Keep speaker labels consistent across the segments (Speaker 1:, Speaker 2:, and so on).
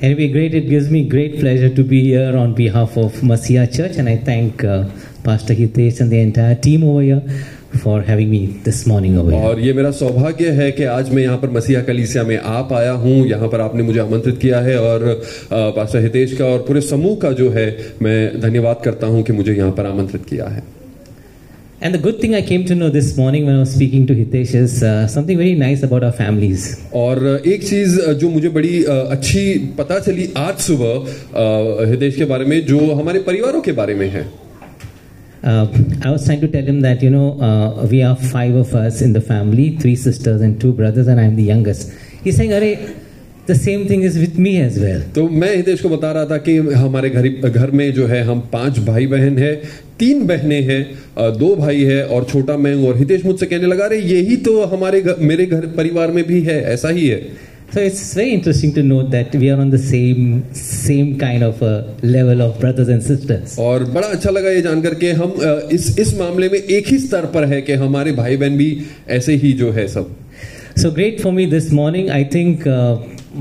Speaker 1: Anyway, great. It gives me great pleasure to be here on behalf of Masia Church, and I thank uh, Pastor Hitesh and the entire team over here for having me this morning over here.
Speaker 2: और ये मेरा सौभाग्य है कि आज मैं यहाँ पर मसीहा कलीसिया में आ पाया हूँ यहाँ पर आपने मुझे आमंत्रित किया है और अ, पास्टर हितेश का और पूरे समूह का जो है मैं धन्यवाद करता हूँ कि मुझे यहाँ पर आमंत्रित किया है
Speaker 1: And the good thing I came to know this morning when I was speaking to Hitesh is uh, something very nice about our families.
Speaker 2: और एक चीज जो मुझे बड़ी अ, अच्छी पता चली आज सुबह अ, हितेश के बारे में जो हमारे परिवारों के बारे में है
Speaker 1: Uh, I was trying to tell him that, you know, uh, we are five of us in the family three sisters and two brothers, and I'm the youngest. He's saying, Are, the same thing is with me as well.
Speaker 2: तो मैं हितेश को बता रहा था कि हमारे घर घर में जो है हम पांच भाई बहन है तीन बहनें हैं अ, दो भाई है और छोटा मैं हूं और हितेश मुझसे कहने लगा रहे यही तो हमारे घर मेरे घर परिवार में भी है ऐसा ही है
Speaker 1: So it's very interesting to note that we are on the same same kind of a level of brothers and sisters.
Speaker 2: और बड़ा अच्छा लगा ये जानकर के हम अ, इस इस मामले में एक ही स्तर पर है कि हमारे भाई बहन भी ऐसे ही जो है सब
Speaker 1: So great for me this morning. I think uh,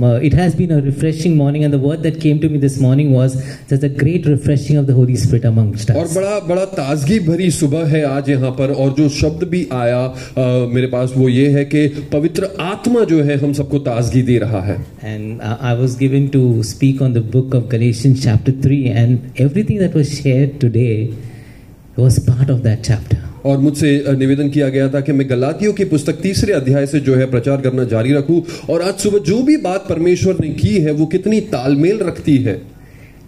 Speaker 1: uh, it has been a refreshing morning, and the word that came to me this morning was there's a great refreshing of the Holy Spirit amongst
Speaker 2: और
Speaker 1: us.
Speaker 2: बड़ा बड़ा ताजगी भरी सुबह है आज यहाँ पर और जो शब्द भी आया अ, मेरे पास वो ये है कि पवित्र आत्मा जो है हम सबको ताजगी दे रहा है
Speaker 1: And uh, I was given to speak on the book of Galatians, chapter 3, and everything that was shared today was part of that chapter.
Speaker 2: और मुझसे अ, निवेदन किया गया था कि मैं गलातियों की पुस्तक तीसरे अध्याय से जो है प्रचार करना जारी रखूं और आज सुबह जो भी बात परमेश्वर ने की है वो कितनी तालमेल रखती है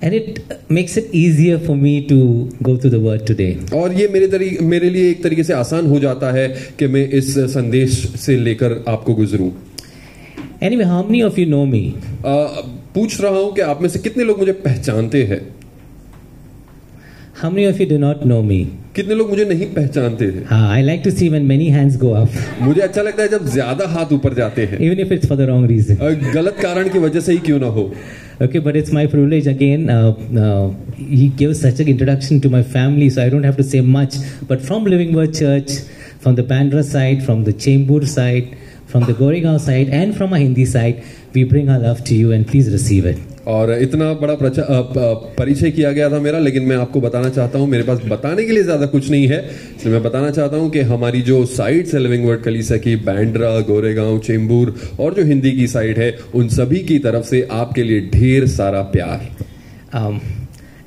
Speaker 1: And it uh, makes it easier for me to go through the word today.
Speaker 2: और ये मेरे तरी मेरे लिए एक तरीके से आसान हो जाता है कि मैं इस संदेश से लेकर आपको गुजरूं
Speaker 1: Anyway, how many of you know me?
Speaker 2: अ, पूछ रहा हूं कि आप में से कितने लोग मुझे पहचानते हैं
Speaker 1: How many of you do not know me?
Speaker 2: कितने लोग मुझे नहीं पहचानते हैं
Speaker 1: Ah, I like to see when many hands go up,
Speaker 2: मुझे अच्छा लगता है जब ज्यादा हाथ ऊपर जाते हैं
Speaker 1: even if it's for the wrong reason.
Speaker 2: अ, गलत कारण की वजह से ही क्यों ना हो
Speaker 1: Okay, but it's my privilege again. Uh, uh, he gives such an introduction to my family, so I don't have to say much. But from Living Word Church, from the Bandra side, from the Chembur side, from the Goregaon side, and from our Hindi side, we bring our love to you and please receive it.
Speaker 2: और इतना बड़ा प्रचा अ, प- परिचय किया गया था मेरा लेकिन मैं आपको बताना चाहता हूँ मेरे पास बताने के लिए ज्यादा कुछ नहीं है इसलिए मैं बताना चाहता हूँ कि हमारी जो साइट है लिविंग वर्ड कलीसा की बैंड्रा गोरेगांव चेंबूर और जो हिंदी की साइट है उन सभी की तरफ से आपके लिए ढेर सारा प्यार
Speaker 1: Um,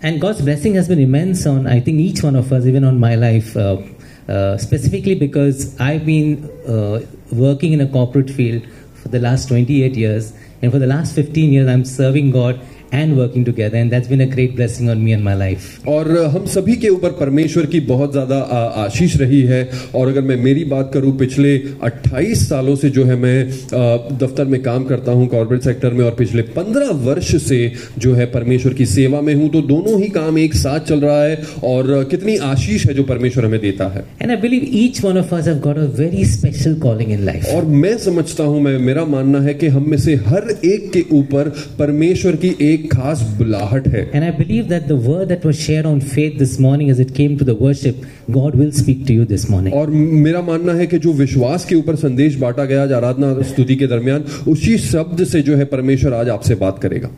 Speaker 1: and God's blessing has been immense on, I think, each one of us, even on my life, uh, uh, specifically because I've been uh, working in a corporate field for the last 28 years. And for the last 15 years, I'm serving God and working together. And that's been a great blessing on me and my life.
Speaker 2: और हम सभी के ऊपर परमेश्वर की बहुत ज्यादा आ, आशीष रही है और अगर मैं मेरी बात करूं पिछले 28 सालों से जो है मैं आ, दफ्तर में काम करता हूं कॉर्पोरेट सेक्टर में और पिछले 15 वर्ष से जो है परमेश्वर की सेवा में हूं तो दोनों ही काम एक साथ चल रहा है और कितनी आशीष है जो परमेश्वर हमें देता है
Speaker 1: And I believe each one of us have got a very special calling in life.
Speaker 2: और मैं समझता हूं मैं मेरा मानना है कि हम में से हर एक के ऊपर परमेश्वर की एक खास बुलाहट है
Speaker 1: And I believe that the word that was shared on faith this morning as it came to the worship, God will speak to you this morning.
Speaker 2: और मेरा मानना है कि जो विश्वास के ऊपर संदेश बांटा गया आज आराधना और स्तुति के दरमियान उसी शब्द से जो है परमेश्वर आज आपसे बात करेगा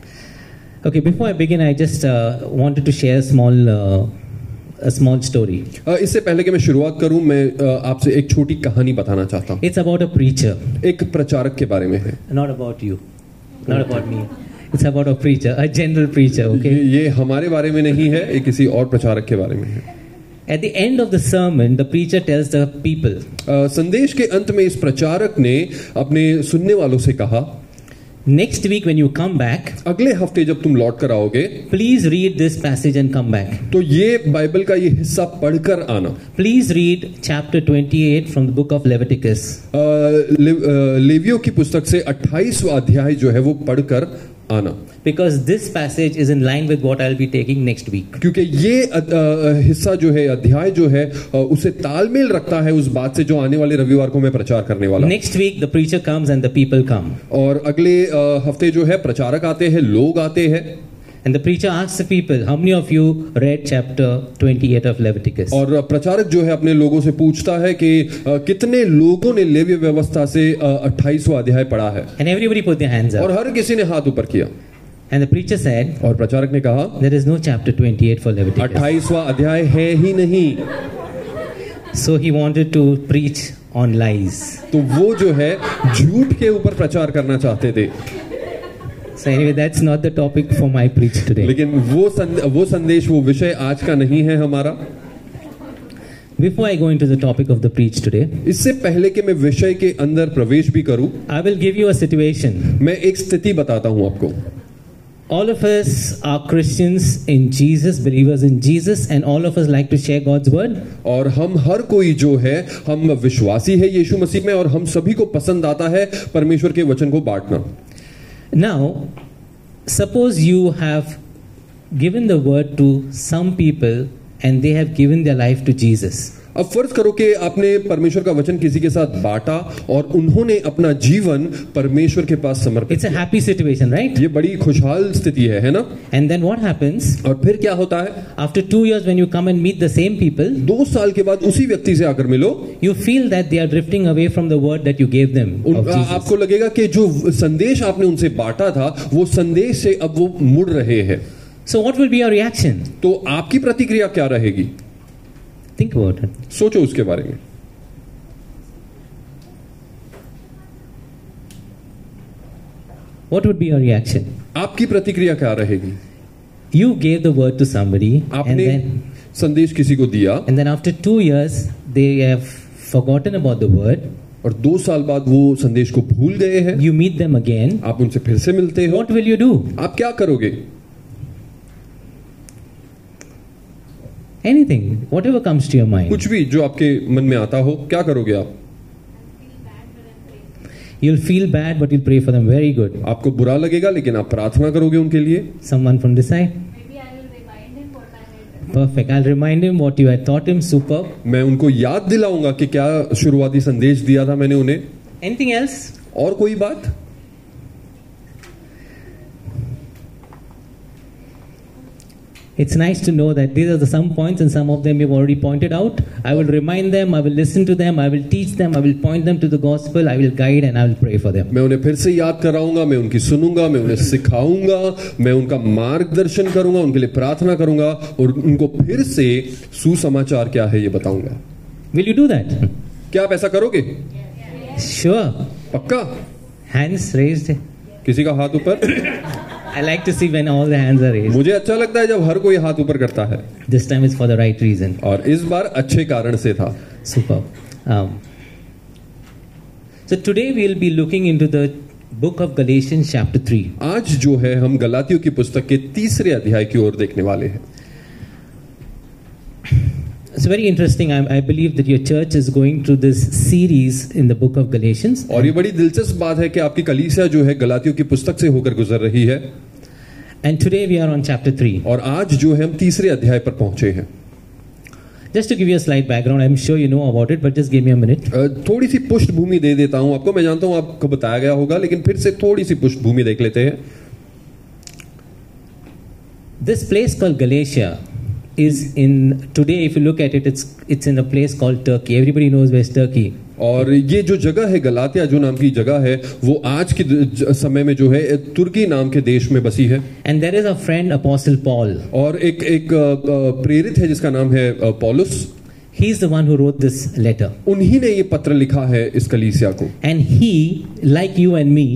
Speaker 1: Okay, before I begin, I just uh, wanted to share a small, uh, a small story.
Speaker 2: अ, इससे पहले कि मैं शुरुआत करूं मैं अ, आपसे एक छोटी कहानी बताना चाहता हूं
Speaker 1: It's about a preacher,
Speaker 2: एक प्रचारक के बारे में है
Speaker 1: not about you, not about me. It's about a preacher, a general preacher. Okay.
Speaker 2: ये, ये हमारे बारे में नहीं है ये किसी और प्रचारक के बारे में है
Speaker 1: At the end of the sermon, the preacher tells the people,
Speaker 2: अ, संदेश के अंत में इस प्रचारक ने अपने सुनने वालों से कहा
Speaker 1: "Next week, when you come back,
Speaker 2: अगले हफ्ते जब तुम लौट कर आओगे
Speaker 1: please read this passage and come back.
Speaker 2: तो ये बाइबल का ये हिस्सा पढ़कर आना
Speaker 1: Please read chapter 28 from the book of Leviticus."
Speaker 2: अ, ले- अ, लेवियो की पुस्तक से 28वां अध्याय जो है वो पढ़कर आना
Speaker 1: Because this passage is in line with what I'll be taking next week.
Speaker 2: क्योंकि ये अ- अ, हिस्सा जो है अध्याय जो है अ, उसे तालमेल रखता है उस बात से जो आने वाले रविवार को मैं प्रचार करने वाला हूं।
Speaker 1: Next week, the preacher comes and the people come.
Speaker 2: और अगले अ, हफ्ते जो है प्रचारक आते हैं लोग आते हैं
Speaker 1: And the preacher asks the people, How many of you read chapter 28 of Leviticus?
Speaker 2: और प्रचारक जो है अपने लोगों से पूछता है कि अ, कितने लोगों ने लेव्य व्यवस्था से अट्ठाईसवा अध्याय पढ़ा है
Speaker 1: And everybody put their hands up.
Speaker 2: और हर किसी ने हाथ ऊपर किया
Speaker 1: And the preacher said,
Speaker 2: और प्रचारक ने कहा
Speaker 1: There is no chapter 28 for Leviticus.
Speaker 2: 28वां अध्याय है ही नहीं
Speaker 1: So he wanted to preach on lies.
Speaker 2: तो वो जो है झूठ के ऊपर प्रचार करना चाहते थे
Speaker 1: So, anyway, that's not the topic for my preach today.
Speaker 2: लेकिन वो संद, वो संदेश वो विषय आज का नहीं है हमारा
Speaker 1: Before I go into the topic of the preach today,
Speaker 2: इससे पहले कि मैं विषय के अंदर प्रवेश भी करूं
Speaker 1: I will give you a situation.
Speaker 2: मैं एक स्थिति बताता हूं आपको
Speaker 1: All of us are Christians in Jesus, believers in Jesus, and all of us like to share God's word.
Speaker 2: और हम हर कोई जो है हम विश्वासी है यीशु मसीह में और हम सभी को पसंद आता है परमेश्वर के वचन को बांटना
Speaker 1: Now, suppose you have given the word to some people and they have given their life to Jesus.
Speaker 2: अब फर्ज करो कि आपने परमेश्वर का वचन किसी के साथ बांटा और उन्होंने अपना जीवन परमेश्वर के पास समर्पित
Speaker 1: It's a happy situation, right?
Speaker 2: ये बड़ी खुशहाल स्थिति है है ना
Speaker 1: And then what happens?
Speaker 2: और फिर क्या होता है
Speaker 1: After two years, when you come and meet the same people,
Speaker 2: दो साल के बाद उसी व्यक्ति से आकर मिलो
Speaker 1: you feel that they are drifting away from the word that you gave them
Speaker 2: उन,
Speaker 1: of
Speaker 2: आ-
Speaker 1: Jesus.
Speaker 2: आपको लगेगा कि जो संदेश आपने उनसे बांटा था वो संदेश से अब वो मुड़ रहे हैं
Speaker 1: So, what will be your reaction?
Speaker 2: तो आपकी प्रतिक्रिया क्या रहेगी
Speaker 1: Think about it.
Speaker 2: सोचो उसके बारे में
Speaker 1: What would be your reaction?
Speaker 2: आपकी प्रतिक्रिया क्या रहेगी
Speaker 1: You gave the word to somebody, and
Speaker 2: आपने
Speaker 1: then,
Speaker 2: संदेश किसी को दिया
Speaker 1: and then after two years, they have forgotten about the word.
Speaker 2: और दो साल बाद वो संदेश को भूल गए हैं
Speaker 1: You meet them again.
Speaker 2: आप उनसे फिर से मिलते हो
Speaker 1: What will you do?
Speaker 2: आप क्या करोगे
Speaker 1: Anything, whatever comes to your mind.
Speaker 2: कुछ भी जो आपके मन में आता हो क्या करोगे आप
Speaker 1: You'll feel bad, but you'll pray for them. Very good.
Speaker 2: आपको बुरा लगेगा लेकिन आप प्रार्थना करोगे उनके लिए
Speaker 1: Someone from this side?
Speaker 3: Maybe I will remind him what I had done.
Speaker 1: Perfect. I'll remind him what you had taught him. Superb.
Speaker 2: मैं उनको याद दिलाऊंगा कि क्या शुरुआती संदेश दिया था मैंने उन्हें
Speaker 1: Anything else?
Speaker 2: और कोई बात
Speaker 1: It's nice to know that these are the some points, and some of them you've already pointed out. I will remind them, I will listen to them, I will teach them, I will point them to the gospel, I will guide, and I will pray for them.
Speaker 2: मैं उन्हें फिर से याद कराऊंगा मैं उनकी सुनूंगा मैं उन्हें सिखाऊंगा मैं उनका मार्गदर्शन करूंगा उनके लिए प्रार्थना करूंगा और उनको फिर से सुसमाचार क्या है ये बताऊंगा
Speaker 1: Will you do that?
Speaker 2: क्या आप ऐसा करोगे
Speaker 1: Sure.
Speaker 2: पक्का
Speaker 1: Hands raised.
Speaker 2: किसी का हाथ ऊपर
Speaker 1: I like to see when all the hands are raised.
Speaker 2: मुझे अच्छा लगता है जब हर कोई हाथ ऊपर करता है
Speaker 1: This time it's for the right reason.
Speaker 2: और इस बार अच्छे कारण से था
Speaker 1: Superb. Um, so today we will be looking into the book of Galatians, chapter 3.
Speaker 2: आज जो है हम गलातियों की पुस्तक के तीसरे अध्याय की ओर देखने वाले हैं
Speaker 1: It's very interesting. I, I believe that your church is going through this series in the book of Galatians.
Speaker 2: और ये बड़ी दिलचस्प बात है कि आपकी कलीसिया जो है गलातियों की पुस्तक से होकर गुजर रही है
Speaker 1: And today we are on chapter 3.
Speaker 2: और आज जो है हम तीसरे अध्याय पर पहुंचे हैं
Speaker 1: Just to give you a slight background, I'm sure you know about it, but just give me a minute.
Speaker 2: अ, थोड़ी सी पृष्ठभूमि दे देता हूं आपको मैं जानता हूं आपको बताया गया होगा लेकिन फिर से थोड़ी सी पृष्ठभूमि देख लेते हैं
Speaker 1: This place called Galatia is in today if you look at it it's it's in a place called turkey everybody knows where's turkey
Speaker 2: और ये जो जगह है गलातिया जो नाम की जगह है वो आज के द- ज- समय में जो है ए, तुर्की नाम के देश में बसी है
Speaker 1: and there is our friend apostle paul
Speaker 2: और एक एक अ, अ, प्रेरित है जिसका नाम है अ, पौलुस
Speaker 1: he's the one who wrote this letter
Speaker 2: उन्हीं ने ये पत्र लिखा है इस कलीसिया को
Speaker 1: And he, like you and me,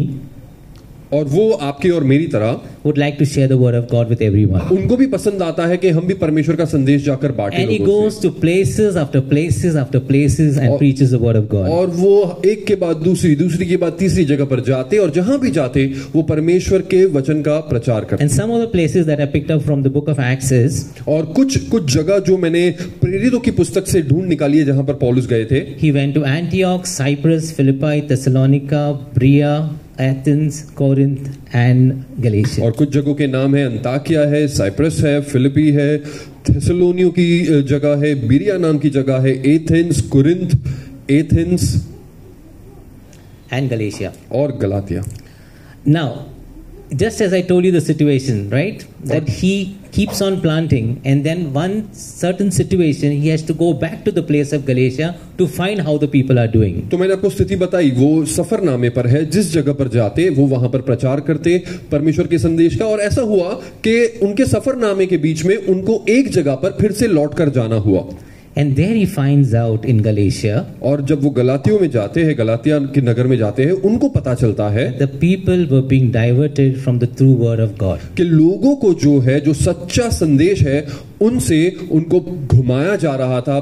Speaker 2: और वो आपके और मेरी तरह
Speaker 1: would like to share the word of God with everyone.
Speaker 2: उनको भी पसंद आता है कि हम भी परमेश्वर का संदेश जाकर बांटें
Speaker 1: And he
Speaker 2: लोगों
Speaker 1: goes
Speaker 2: से
Speaker 1: to places after places after places and preaches the word of God.
Speaker 2: और वो एक के बाद दूसरी दूसरी के बाद तीसरी जगह पर जाते और जहां भी जाते वो परमेश्वर के वचन का प्रचार करते
Speaker 1: And some of the places that I picked up from the book of Acts is
Speaker 2: और कुछ कुछ जगह जो मैंने प्रेरितों की पुस्तक से ढूंढ निकाली है जहां पर पौलुस गए थे
Speaker 1: he went to Antioch, Cyprus, Philippi, Thessalonica, Berea, Athens, Corinth, and Galatia.
Speaker 2: और कुछ जगहों के नाम है अंताकिया है साइप्रस है फिलिपी है थेसलोनियो की अ, जगह है बिरिया नाम की जगह है Athens Corinth Athens
Speaker 1: And Galatia.
Speaker 2: और Galatia
Speaker 1: Now, just as I told you the situation, right? That he keeps on planting, and then one certain situation, he has to go back to the place of Galatia to find how the people are doing.
Speaker 2: तो मैंने आपको स्थिति बताई वो सफरनामे पर है जिस जगह पर जाते वो वहां पर प्रचार करते परमेश्वर के संदेश का और ऐसा हुआ कि उनके सफरनामे के बीच में उनको एक जगह पर फिर से लौट कर जाना हुआ
Speaker 1: And there he finds out in Galatia
Speaker 2: और जब वो गलातियों में जाते हैं गलातिया के नगर में जाते हैं उनको पता चलता है
Speaker 1: the people were being diverted from the true word of God.
Speaker 2: कि लोगों को जो है जो सच्चा संदेश है उनसे उनको घुमाया जा रहा था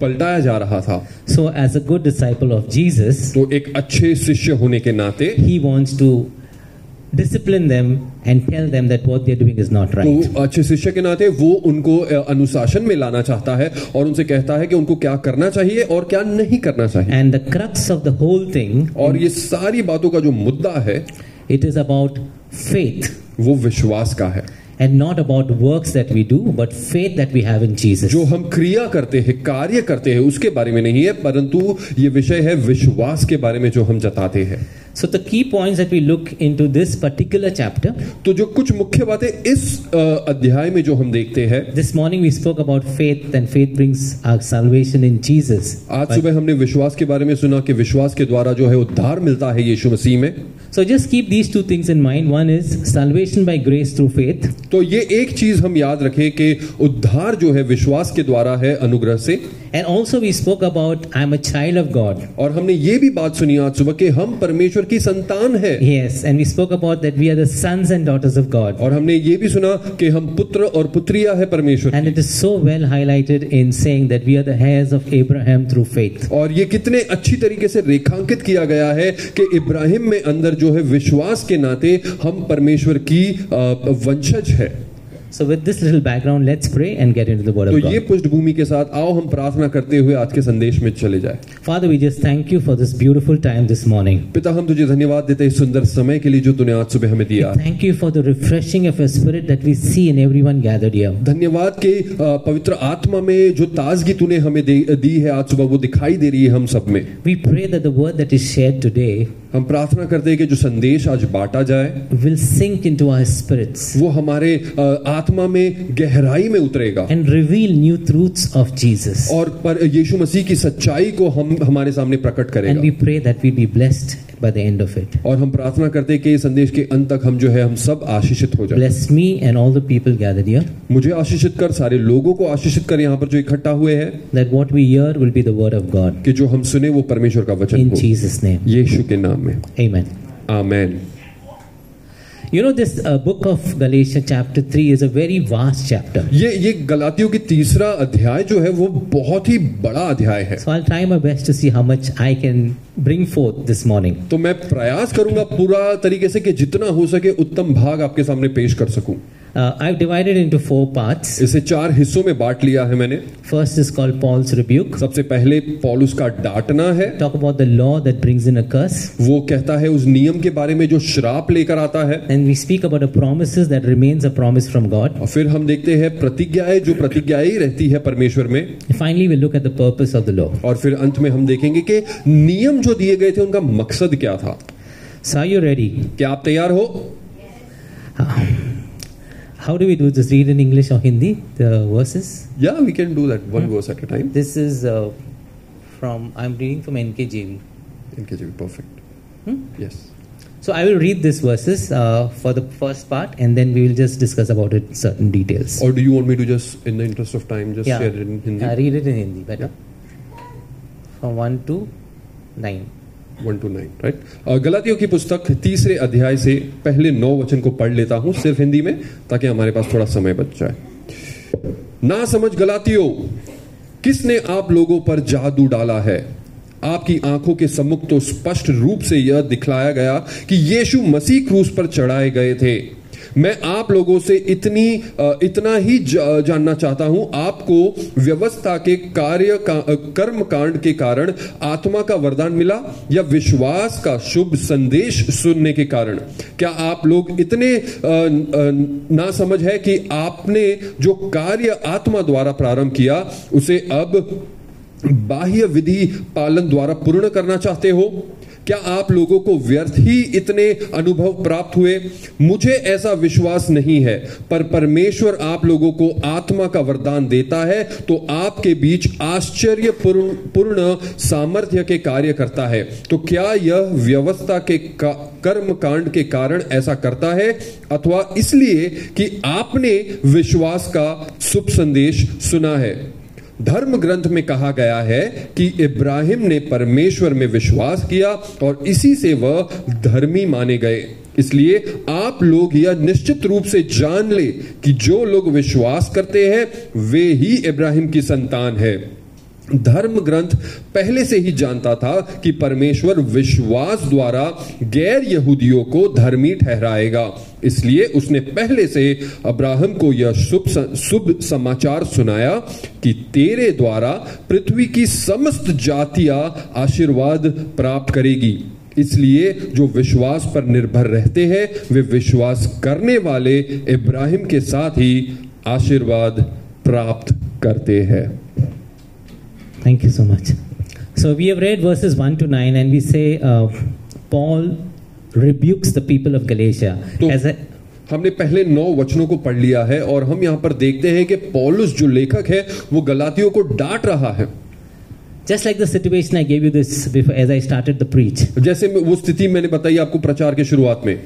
Speaker 2: पलटाया जा रहा था
Speaker 1: So, as a good disciple of Jesus,
Speaker 2: तो एक अच्छे शिष्य होने के नाते
Speaker 1: he wants to discipline them and tell them that what they're doing is not right.
Speaker 2: तो अच्छे शिष्य के नाते वो उनको अ, अनुशासन में लाना चाहता है और उनसे कहता है कि उनको क्या करना चाहिए और क्या नहीं करना चाहिए
Speaker 1: And the crux of the whole thing,
Speaker 2: और ये सारी बातों का जो मुद्दा है
Speaker 1: it is about faith.
Speaker 2: वो विश्वास का है
Speaker 1: and not about works that we do, but faith that we have in Jesus.
Speaker 2: जो हम क्रिया करते हैं कार्य करते हैं उसके बारे में नहीं है परंतु ये विषय है विश्वास के बारे में जो हम जताते हैं
Speaker 1: So, the key points that we look into this particular chapter
Speaker 2: तो जो कुछ मुख्य बातें इस अ, अध्याय में जो हम देखते हैं
Speaker 1: this morning we spoke about faith, and faith brings our salvation in Jesus.
Speaker 2: आज सुबह हमने विश्वास के बारे में सुना कि विश्वास के द्वारा जो है उद्धार मिलता है यीशु मसीह में
Speaker 1: So, just keep these two things in mind one is salvation by grace through faith,
Speaker 2: तो ये एक चीज हम याद रखें कि उद्धार जो है विश्वास के द्वारा है अनुग्रह से
Speaker 1: and also we spoke about I'm a child of God.
Speaker 2: और हमने ये भी बात सुनी आज सुबह कि हम परमेश्वर की संतान है
Speaker 1: Yes, and we spoke about that we are the sons and daughters of God.
Speaker 2: और हमने ये भी सुना कि हम पुत्र और पुत्रिया है परमेश्वर
Speaker 1: And it is so well highlighted in saying that we are the heirs of Abraham through faith.
Speaker 2: और ये कितने अच्छी तरीके से रेखांकित किया गया है कि इब्राहिम में अंदर जो है विश्वास के नाते हम परमेश्वर की अ, वंशज है
Speaker 1: So, with this little background, let's pray and get into the Word
Speaker 2: तो
Speaker 1: of
Speaker 2: ये
Speaker 1: God.
Speaker 2: पृष्ठभूमि के साथ आओ हम प्रार्थना करते हुए आज के संदेश में चले जाए
Speaker 1: Father, we just thank you for this beautiful time this morning.
Speaker 2: पिता हम तुझे धन्यवाद देते हैं इस सुंदर समय के लिए जो तूने आज सुबह हमें दिया
Speaker 1: Thank you for the refreshing of your spirit that we see in everyone gathered here.
Speaker 2: धन्यवाद के अ, पवित्र आत्मा में जो ताजगी तूने हमें दे- दी है आज सुबह वो दिखाई दे रही है हम सब में
Speaker 1: We pray that the Word that is shared today
Speaker 2: हम प्रार्थना करते हैं कि जो संदेश आज बांटा जाए
Speaker 1: will sink into our spirits
Speaker 2: वो हमारे अ, आत्मा में गहराई में उतरेगा
Speaker 1: and reveal new truths of Jesus.
Speaker 2: और पर यीशु मसीह की सच्चाई को हम हमारे सामने प्रकट
Speaker 1: And we
Speaker 2: करेगा
Speaker 1: pray that we'll be blessed by the end of it.
Speaker 2: और हम प्रार्थना करते हैं कि इस संदेश के अंत तक हम जो है हम सब आशीषित हो जाए
Speaker 1: Bless me and all the people gathered here,
Speaker 2: मुझे आशीषित कर सारे लोगों को आशीषित कर यहाँ पर जो इकट्ठा हुए हैं
Speaker 1: that what we hear will be the Word of God.
Speaker 2: कि जो हम सुने वो परमेश्वर का वचन
Speaker 1: In
Speaker 2: हो
Speaker 1: Jesus' name.
Speaker 2: यीशु के नाम में
Speaker 1: Amen.
Speaker 2: आमेन
Speaker 1: You know, this uh, book of Galatians, chapter 3, is a very vast chapter.
Speaker 2: ये ये गलातियों की तीसरा अध्याय जो है वो बहुत ही बड़ा अध्याय है
Speaker 1: So I'll try my best to see how much I can bring forth this morning.
Speaker 2: तो मैं प्रयास करूंगा पूरा तरीके से कि जितना हो सके उत्तम भाग आपके सामने पेश कर सकूं
Speaker 1: Uh, I've divided into four parts.
Speaker 2: इसे चार हिस्सों में बांट लिया है मैंने
Speaker 1: First is called Paul's rebuke.
Speaker 2: सबसे पहले पॉलुस का डांटना है
Speaker 1: Talk about the law that brings in a curse.
Speaker 2: वो कहता है उस नियम के बारे में जो श्राप लेकर आता है
Speaker 1: And we speak about the promises that remains a promise from God.
Speaker 2: और फिर हम देखते हैं प्रतिज्ञाएं जो प्रतिज्ञाएं रहती है परमेश्वर में
Speaker 1: Finally, we look at the purpose of the law.
Speaker 2: और फिर अंत में हम देखेंगे कि नियम जो दिए गए थे उनका मकसद क्या था
Speaker 1: So are you ready? Uh,
Speaker 2: क्या आप तैयार हो
Speaker 1: How do we do this? Read in English or Hindi the verses?
Speaker 2: या we can do that one verse at a time
Speaker 1: This is uh, from, I'm reading from NKJV.
Speaker 2: इनके जी perfect yes
Speaker 1: So I will read these verses uh, for the first part, and then we will just discuss about it certain details.
Speaker 2: और do you want me to just in the interest of time just share in
Speaker 1: Uh,
Speaker 2: Hindi
Speaker 1: read it in Hindi better. From one to nine.
Speaker 2: 1 to 9 right गलातियों Uh, की पुस्तक तीसरे अध्याय से पहले नौ वचन को पढ़ लेता हूं सिर्फ हिंदी में ताकि हमारे पास थोड़ा समय बच जाए ना समझ गलातियों किसने आप लोगों पर जादू डाला है आपकी आंखों के सम्मुख तो स्पष्ट रूप से यह दिखलाया गया कि यीशु मसीह क्रूस पर चढ़ाए गए थे मैं आप लोगों से इतनी अ, इतना ही जा- जानना चाहता हूं आपको व्यवस्था के कार्य का, अ, कर्म कांड के कारण आत्मा का वरदान मिला या विश्वास का शुभ संदेश सुनने के कारण क्या आप लोग इतने अ, अ, ना समझ है कि आपने जो कार्य आत्मा द्वारा प्रारंभ किया उसे अब बाह्य विधि पालन द्वारा पूर्ण करना चाहते हो क्या आप लोगों को व्यर्थ ही इतने अनुभव प्राप्त हुए मुझे ऐसा विश्वास नहीं है पर परमेश्वर आप लोगों को आत्मा का वरदान देता है तो आपके बीच आश्चर्य पूर्ण पूर्ण सामर्थ्य के कार्य करता है तो क्या यह व्यवस्था के का, कर्म कांड के कारण ऐसा करता है अथवा इसलिए कि आपने विश्वास का शुभ संदेश सुना है धर्म ग्रंथ में कहा गया है कि इब्राहिम ने परमेश्वर में विश्वास किया और इसी से वह धर्मी माने गए इसलिए आप लोग यह निश्चित रूप से जान ले कि जो लोग विश्वास करते हैं वे ही इब्राहिम की संतान है धर्म ग्रंथ पहले से ही जानता था कि परमेश्वर विश्वास द्वारा गैर यहूदियों को धर्मी ठहराएगा इसलिए उसने पहले से अब्राहम को यह शुभ शुभ समाचार सुनाया कि तेरे द्वारा पृथ्वी की समस्त जातियां आशीर्वाद प्राप्त करेगी इसलिए जो विश्वास पर निर्भर रहते हैं वे विश्वास करने वाले इब्राहिम के साथ ही आशीर्वाद प्राप्त करते हैं
Speaker 1: Thank you so much. So we have read verses 1 to 9, and we say uh, Paul rebukes the people of Galatia.
Speaker 2: तो-
Speaker 1: As a,
Speaker 2: हमने पहले नौ वचनों को पढ़ लिया है और हम यहाँ पर देखते हैं कि पौलुस जो लेखक है वो गलातियों को डांट रहा है
Speaker 1: just like the situation I gave you this before, as I started the preach,
Speaker 2: जैसे मैं- वो स्थिति मैंने बताई आपको प्रचार के शुरुआत में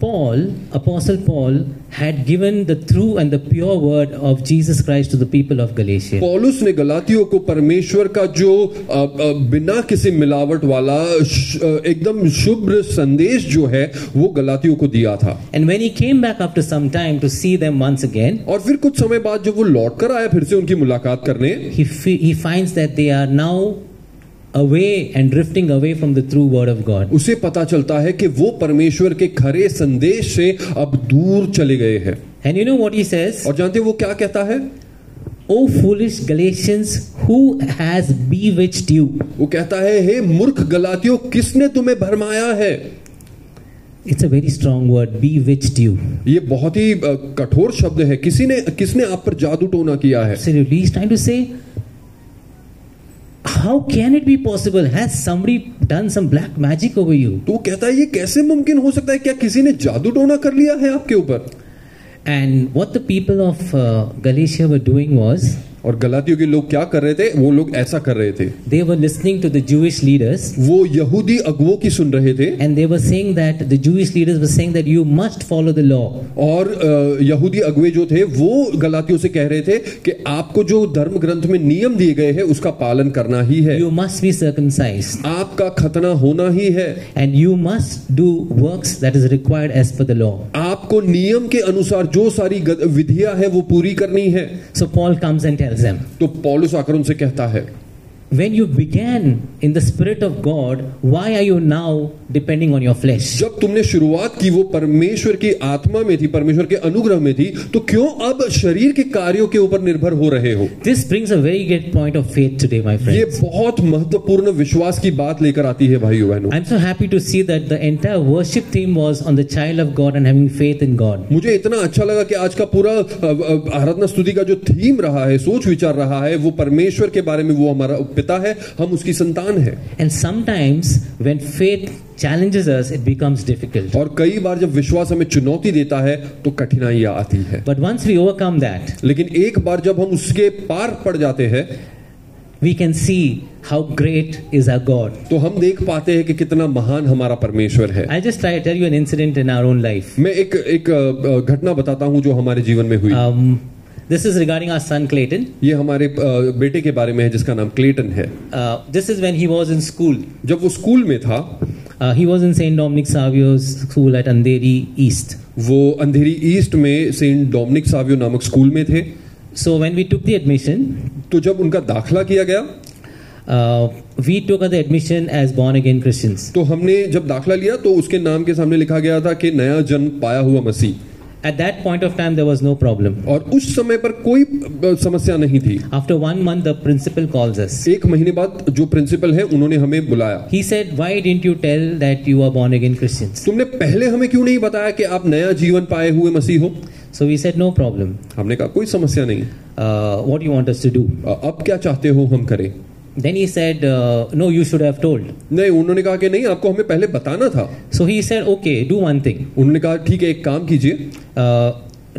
Speaker 1: Paul, Apostle Paul, had given the true and the pure word of Jesus Christ to the people of Galatia.
Speaker 2: पौलुस ने गलातियों को परमेश्वर का जो अ, अ, बिना किसी मिलावट वाला श- अ, एकदम शुभ्र संदेश जो है वो गलातियों को दिया था
Speaker 1: And when he came back after some time to see them once again,
Speaker 2: और फिर कुछ समय बाद जब वो लौट कर आया फिर से उनकी मुलाकात करने
Speaker 1: he, fe- he finds that they are now away and drifting away from the true word of God.
Speaker 2: उसे पता चलता है कि वो परमेश्वर के खरे संदेश से अब दूर चले गए हैं
Speaker 1: And you know what he says?
Speaker 2: और जानते हैं वो क्या कहता है
Speaker 1: O foolish Galatians, who has bewitched you?
Speaker 2: वो कहता है हे मूर्ख गलातियों किसने तुम्हें भरमाया है
Speaker 1: It's a very strong word, bewitched you.
Speaker 2: ये बहुत ही अ, कठोर शब्द है किसी ने किसने आप पर जादू टोना किया है
Speaker 1: Absolutely. He's trying to say, how can it be possible? Has somebody done some black magic over you?
Speaker 2: तो वो कहता है ये कैसे मुमकिन हो सकता है क्या किसी ने जादू टोना कर लिया है आपके ऊपर
Speaker 1: And what the people of uh, Galatia were doing was,
Speaker 2: और गलातियों के लोग क्या कर रहे थे वो लोग ऐसा कर रहे थे
Speaker 1: they were listening to the Jewish leaders
Speaker 2: वो यहूदी अगुओं की सुन रहे थे
Speaker 1: and they were saying that the Jewish leaders were saying that you must follow the law.
Speaker 2: और अ, यहूदी अगुए जो थे वो गलातियों से कह रहे थे कि आपको जो धर्म ग्रंथ में नियम दिए गए हैं उसका पालन करना ही है
Speaker 1: You must be circumcised
Speaker 2: आपका खतना होना ही है
Speaker 1: and you must do works that is required as per the law.
Speaker 2: आपको नियम के अनुसार जो सारी गत- विधियां है वो पूरी करनी है
Speaker 1: So Paul comes and tells them,
Speaker 2: तो पौलुस आकर उनसे कहता है
Speaker 1: When you began in the Spirit of God, why are you now depending on your flesh?
Speaker 2: जब तुमने शुरुआत की वो परमेश्वर की आत्मा में थी परमेश्वर के अनुग्रह में थी तो क्यों अब शरीर के कार्यों के ऊपर निर्भर हो रहे हो
Speaker 1: This brings a very good point of faith today, my
Speaker 2: ये
Speaker 1: friends.
Speaker 2: बहुत महत्वपूर्ण विश्वास की बात लेकर आती है भाइयों बहनों
Speaker 1: I'm so happy to see that the entire worship theme was on the child of God and having faith in God.
Speaker 2: मुझे इतना अच्छा लगा कि आज का पूरा अ, अ, आराधना स्तुति का जो थीम रहा है सोच विचार रहा है वो परमेश्वर के बारे में वो हमारा पिता है हम उसकी संतान है
Speaker 1: And sometimes when faith challenges us, it becomes difficult.
Speaker 2: और कई बार जब विश्वास हमें चुनौती देता है तो कठिनाइयां आती है
Speaker 1: But once we overcome that,
Speaker 2: लेकिन एक बार जब हम उसके पार पड़ जाते हैं
Speaker 1: we can see how great is our God.
Speaker 2: तो हम देख पाते हैं कि कितना महान हमारा परमेश्वर है
Speaker 1: I'll just try to tell you an incident in our own life.
Speaker 2: मैं एक एक अ, अ, घटना बताता हूं जो हमारे जीवन में हुई
Speaker 1: Um, this is regarding our son Clayton.
Speaker 2: ये हमारे अ, बेटे के बारे में है जिसका नाम क्लेटन है
Speaker 1: Uh, this is when he was in school.
Speaker 2: जब वो स्कूल में था
Speaker 1: Uh, he was in St. Dominic Savio's school at Andheri East.
Speaker 2: वो अंधेरी ईस्ट में सेंट डोमिनिक सावियो नामक स्कूल में थे
Speaker 1: So when we took the admission,
Speaker 2: तो जब उनका दाखला किया गया
Speaker 1: uh, we took the admission as born again Christians.
Speaker 2: तो हमने जब दाखला लिया तो उसके नाम के सामने लिखा गया था कि नया जन्म पाया हुआ मसीह
Speaker 1: At that point of time, there was no problem.
Speaker 2: और उस समय पर कोई अ, समस्या नहीं थी
Speaker 1: After one month, the principal calls us.
Speaker 2: एक महीने बाद जो प्रिंसिपल है उन्होंने हमें बुलाया
Speaker 1: He said, "Why didn't you tell that you are born again Christians?"
Speaker 2: तुमने पहले हमें क्यों नहीं बताया कि आप नया जीवन पाए हुए मसीह हो
Speaker 1: So we said, "No problem.
Speaker 2: हमने कहा कोई समस्या नहीं
Speaker 1: Uh, what do you want us to do?"
Speaker 2: अ- अब क्या चाहते हो हम करें
Speaker 1: Then he said, uh, No, you should have told.
Speaker 2: नहीं उन्होंने कहा कि नहीं आपको हमें पहले बताना था
Speaker 1: So he said, Okay, do one thing.
Speaker 2: उन्होंने कहा ठीक है एक काम कीजिए
Speaker 1: Uh,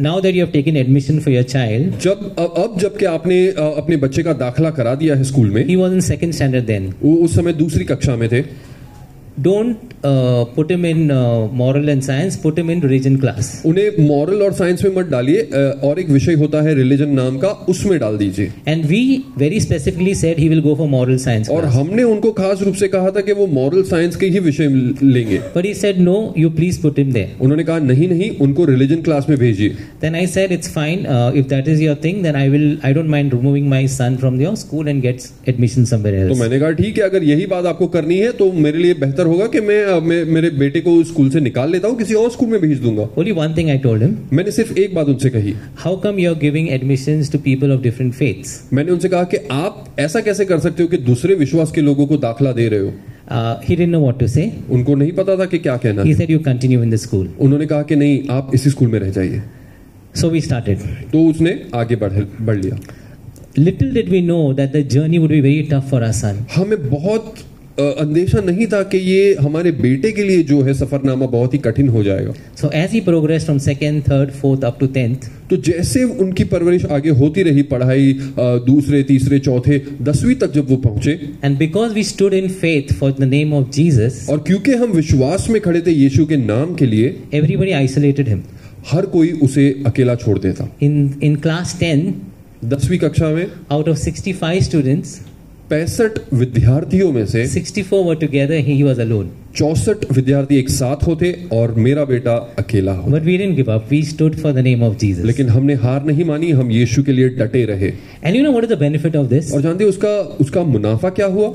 Speaker 1: now that you have taken admission for your child,
Speaker 2: जब अब अब जबकि आपने अ, अपने बच्चे का दाखला करा दिया है स्कूल में
Speaker 1: he was in second standard then.
Speaker 2: वो उस समय दूसरी कक्षा में थे
Speaker 1: Don't uh, put him in uh, moral and science, put him in religion class.
Speaker 2: उन्हें मॉरल और साइंस में मत डालिए अ, और एक विषय होता है रिलीजन नाम का उसमें डाल दीजिए
Speaker 1: And we very specifically said he will go for moral science.
Speaker 2: और
Speaker 1: class.
Speaker 2: हमने उनको खास रूप से कहा था कि वो मॉरल साइंस के ही विषय लेंगे
Speaker 1: But he said, No, you please put him there.
Speaker 2: उन्होंने कहा नहीं नहीं उनको रिलीजन क्लास में भेजिए
Speaker 1: Then I said, It's fine. Uh, if that is your thing, then I will, I don't mind removing my son from your school and get admission somewhere else.
Speaker 2: तो मैंने कहा ठीक है अगर यही बात आपको करनी है तो मेरे लिए बेहतर होगा कि मैं, अ, मैं मेरे बेटे को स्कूल से निकाल लेता हूँ किसी और स्कूल में भेज दूंगा
Speaker 1: Only one thing I told him.
Speaker 2: मैंने सिर्फ एक बात उनसे कही
Speaker 1: How come you're giving admissions to people of different faiths?
Speaker 2: मैंने उनसे कहा कि आप ऐसा कैसे कर सकते हो कि दूसरे विश्वास के लोगों को दाखला दे रहे हो
Speaker 1: Uh, he didn't know what to say.
Speaker 2: उनको नहीं पता था कि क्या कहना
Speaker 1: He
Speaker 2: है
Speaker 1: said, You continue in the school.
Speaker 2: उन्होंने कहा कि नहीं आप इसी स्कूल में रह जाइए
Speaker 1: So we started.
Speaker 2: तो उसने आगे बढ़ बढ़ लिया
Speaker 1: Little did we know that the journey would be very tough for our son.
Speaker 2: हमें बहुत अ, अंदेशा नहीं था कि ये हमारे बेटे के लिए जो है सफरनामा बहुत ही कठिन हो जाएगा
Speaker 1: So as he progressed from second, third, fourth up to tenth,
Speaker 2: तो जैसे उनकी परवरिश आगे होती रही पढ़ाई अ, दूसरे तीसरे चौथे दसवीं तक जब वो पहुंचे
Speaker 1: and because we stood in faith for the name of Jesus,
Speaker 2: और क्योंकि हम विश्वास में खड़े थे यीशु के नाम के लिए
Speaker 1: everybody isolated him.
Speaker 2: हर कोई उसे अकेला छोड़ देता
Speaker 1: In in class ten,
Speaker 2: दसवीं कक्षा में
Speaker 1: out of sixty-five students,
Speaker 2: पैंसठ विद्यार्थियों में से
Speaker 1: sixty-four were together. He, he was alone.
Speaker 2: चौसठ विद्यार्थी एक साथ होते और मेरा बेटा अकेला होता
Speaker 1: But we didn't give up. We stood for the name of Jesus.
Speaker 2: लेकिन हमने हार नहीं मानी हम यीशु के लिए डटे रहे
Speaker 1: and you know what is the benefit of this?
Speaker 2: और जानते हो उसका उसका मुनाफा क्या हुआ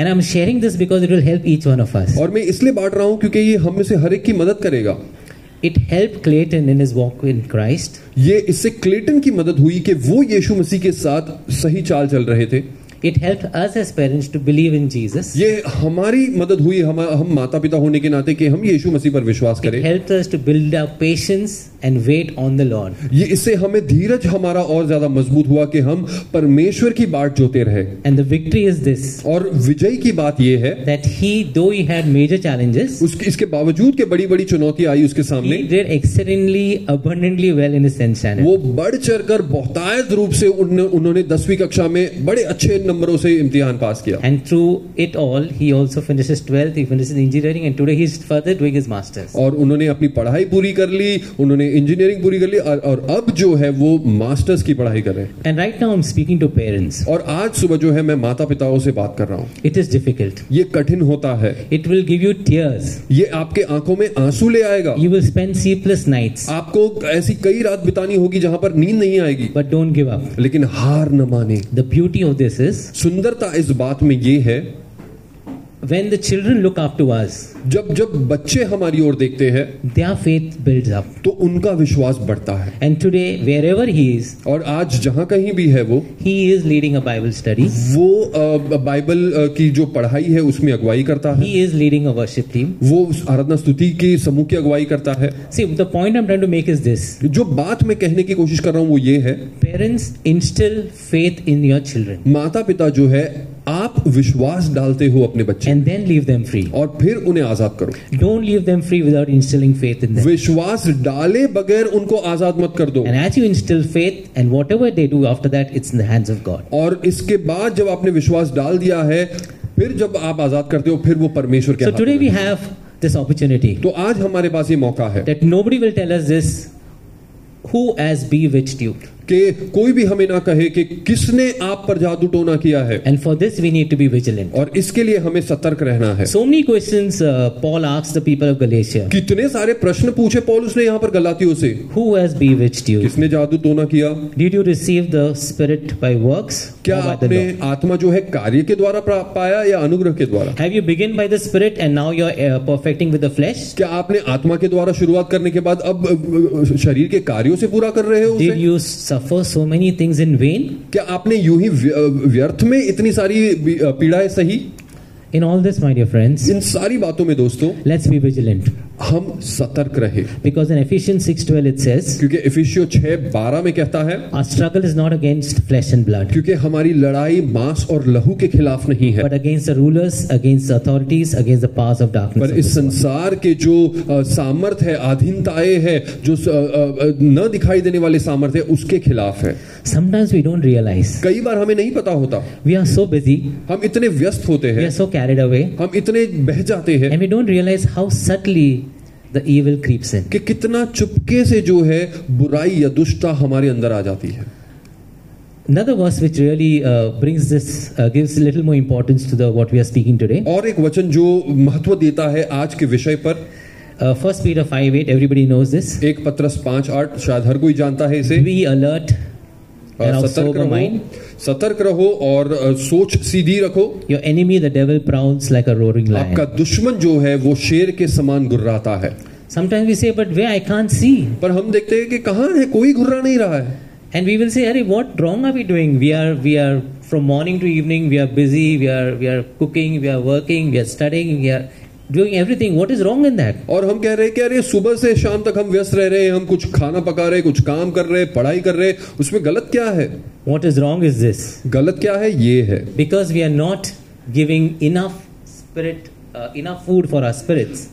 Speaker 1: And I'm sharing this because it will help each one of us.
Speaker 2: और मैं इसलिए बांट रहा हूं क्योंकि ये हम में से हर एक की मदद करेगा
Speaker 1: It helped Clayton in his walk in Christ.
Speaker 2: ये इससे क्लेटन की मदद हुई कि वो यीशु मसीह के साथ सही चाल चल रहे थे
Speaker 1: It helped us as parents to believe in Jesus.
Speaker 2: ये हमारी मदद हुई हम हम माता पिता होने के नाते कि हम यीशु मसीह पर विश्वास
Speaker 1: It
Speaker 2: करें
Speaker 1: helped us to build our patience and wait on the Lord.
Speaker 2: ये इससे हमें धीरज हमारा और ज्यादा मजबूत हुआ कि हम परमेश्वर की बाट जोते रहे
Speaker 1: And the victory is this
Speaker 2: और विजय की बात यह है
Speaker 1: that he, though he had major challenges,
Speaker 2: उसके इसके बावजूद के बड़ी बड़ी चुनौती आई उसके सामने
Speaker 1: he did exceedingly abundantly well in his 10th standard.
Speaker 2: वो बढ़ चढ़ कर बहुतायत रूप से उन, उन्होंने दसवीं कक्षा में बड़े अच्छे नंबरों से इम्तिहान पास किया
Speaker 1: And through it all, he also finishes 12th, he finishes engineering, and today he's further doing his master's.
Speaker 2: और उन्होंने अपनी पढ़ाई पूरी कर ली उन्होंने इंजीनियरिंग पूरी कर ली और, और अब जो है वो मास्टर्स की पढ़ाई कर रहे हैं
Speaker 1: And right now, I'm speaking to parents.
Speaker 2: और आज सुबह जो है मैं माता पिताओं से बात कर रहा हूँ
Speaker 1: It is difficult,
Speaker 2: ये कठिन होता है
Speaker 1: it will give you tears.
Speaker 2: ये आपके आंखों में आंसू ले आएगा
Speaker 1: You will spend sleepless nights,
Speaker 2: आपको ऐसी कई रात बितानी होगी जहां पर नींद नहीं आएगी
Speaker 1: but don't give up.
Speaker 2: लेकिन हार न माने
Speaker 1: The beauty of this is
Speaker 2: सुंदरता इस बात में ये है
Speaker 1: when the children look up to us,
Speaker 2: जब जब बच्चे हमारी ओर देखते हैं
Speaker 1: their faith builds up.
Speaker 2: तो उनका विश्वास बढ़ता है
Speaker 1: And today, wherever he is,
Speaker 2: और आज जहां कहीं भी है वो
Speaker 1: he is leading a Bible study,
Speaker 2: वो अ, बाइबल अ, की जो पढ़ाई है उसमें अगुवाई करता है
Speaker 1: he is leading a worship team.
Speaker 2: वो उस आराधना स्तुति की समूह की अगुवाई करता है
Speaker 1: See, the point I'm trying to make is this
Speaker 2: जो बात मैं कहने की कोशिश कर रहा हूँ वो ये है
Speaker 1: parents instill faith in your children
Speaker 2: माता पिता जो है आप विश्वास डालते हो अपने बच्चे
Speaker 1: and then leave them free.
Speaker 2: और फिर उन्हें आजाद करो
Speaker 1: Don't leave them free without instilling faith in them.
Speaker 2: विश्वास डाले बगैर उनको आजाद मत कर दो
Speaker 1: And as you instill faith, and whatever they do after that, it's in the hands of God.
Speaker 2: और इसके बाद जब आपने विश्वास डाल दिया है फिर जब आप आजाद करते हो फिर वो परमेश्वर के
Speaker 1: So
Speaker 2: हाथ
Speaker 1: today
Speaker 2: में
Speaker 1: we have this opportunity
Speaker 2: तो आज हमारे पास ये मौका है
Speaker 1: that nobody will tell us this who has bewitched you.
Speaker 2: कि कोई भी हमें ना कहे कि किसने आप पर जादू टोना किया है
Speaker 1: And for this, we need to be vigilant.
Speaker 2: और इसके लिए हमें सतर्क रहना है
Speaker 1: So many questions uh, Paul asks the people of Galatia
Speaker 2: कितने सारे प्रश्न पूछे पॉलुस ने यहाँ पर गलातियों से
Speaker 1: Who has bewitched you?
Speaker 2: किसने जादू टोना किया
Speaker 1: Did you receive the Spirit by works
Speaker 2: क्या
Speaker 1: or by the
Speaker 2: आपने
Speaker 1: law?
Speaker 2: आत्मा जो है कार्य के द्वारा प्रा- पाया या अनुग्रह के द्वारा
Speaker 1: Have you begun by the Spirit and now you're uh, perfecting with the flesh?
Speaker 2: क्या आपने आत्मा के द्वारा शुरुआत करने के बाद अब अब, शरीर के कार्यों से पूरा कर रहे हो
Speaker 1: Did
Speaker 2: उसे
Speaker 1: you suffer so many things in vain?
Speaker 2: क्या आपने यूं ही व्य- व्यर्थ में इतनी सारी बी- पीड़ाएं सही
Speaker 1: In all this, my dear friends,
Speaker 2: इन सारी बातों में दोस्तों
Speaker 1: let's be vigilant
Speaker 2: हम सतर्क रहे
Speaker 1: because in Ephesians 6:12 it says,
Speaker 2: क्योंकि इफिशियो छह बारह में कहता है
Speaker 1: "Our struggle is not against flesh and blood,
Speaker 2: क्योंकि हमारी लड़ाई मांस और लहू के खिलाफ नहीं है
Speaker 1: but against the rulers, against the authorities, against the powers of darkness."
Speaker 2: पर
Speaker 1: of
Speaker 2: इस
Speaker 1: this world."
Speaker 2: संसार के जो अ, सामर्थ है अधीनताएं है जो स- अ, अ, न दिखाई देने वाले सामर्थ है उसके खिलाफ है
Speaker 1: Sometimes we don't realize
Speaker 2: कई बार हमें नहीं पता होता
Speaker 1: we are so busy,
Speaker 2: हम इतने व्यस्त होते
Speaker 1: we
Speaker 2: हैं
Speaker 1: are so carried away,
Speaker 2: हम इतने बह जाते हैं
Speaker 1: and we don't realize how subtly the evil creeps in.
Speaker 2: कि कितना चुपके से जो है बुराई या दुष्टता हमारे अंदर आ जाती है
Speaker 1: Another verse which really uh, brings this uh, gives a little more importance to the what we are speaking today.
Speaker 2: और एक वचन जो महत्व देता है आज के विषय पर
Speaker 1: Uh, 1 Peter 5:8. Everybody knows this.
Speaker 2: एक पत्रस पांच आठ शायद हर कोई जानता है इसे
Speaker 1: Be alert and
Speaker 2: और
Speaker 1: of
Speaker 2: सतर्क
Speaker 1: sober mind.
Speaker 2: रहो सतर्क रहो और अ, सोच सीधी रखो
Speaker 1: Your enemy, the devil, prowls like a roaring lion.
Speaker 2: आपका दुश्मन जो है वो शेर के समान गुर्राता है
Speaker 1: Sometimes we say, but where I can't see.
Speaker 2: पर हम देखते हैं कि कहाँ है कोई घुर्रा नहीं रहा है
Speaker 1: And we will say, Harry, what wrong are we doing? We are we are from morning to evening, we are busy, we are we are cooking, we are working, we are studying, we are doing everything. What is wrong in that?
Speaker 2: और हम कह रहे हैं कि अरे सुबह से शाम तक हम व्यस्त रह रहे हैं हम कुछ खाना पका रहे हैं कुछ काम कर रहे हैं पढ़ाई कर रहे हैं उसमें गलत क्या है
Speaker 1: What is wrong is this.
Speaker 2: गलत क्या है ये है
Speaker 1: Because we are not giving enough spirit, uh, enough food for our spirits.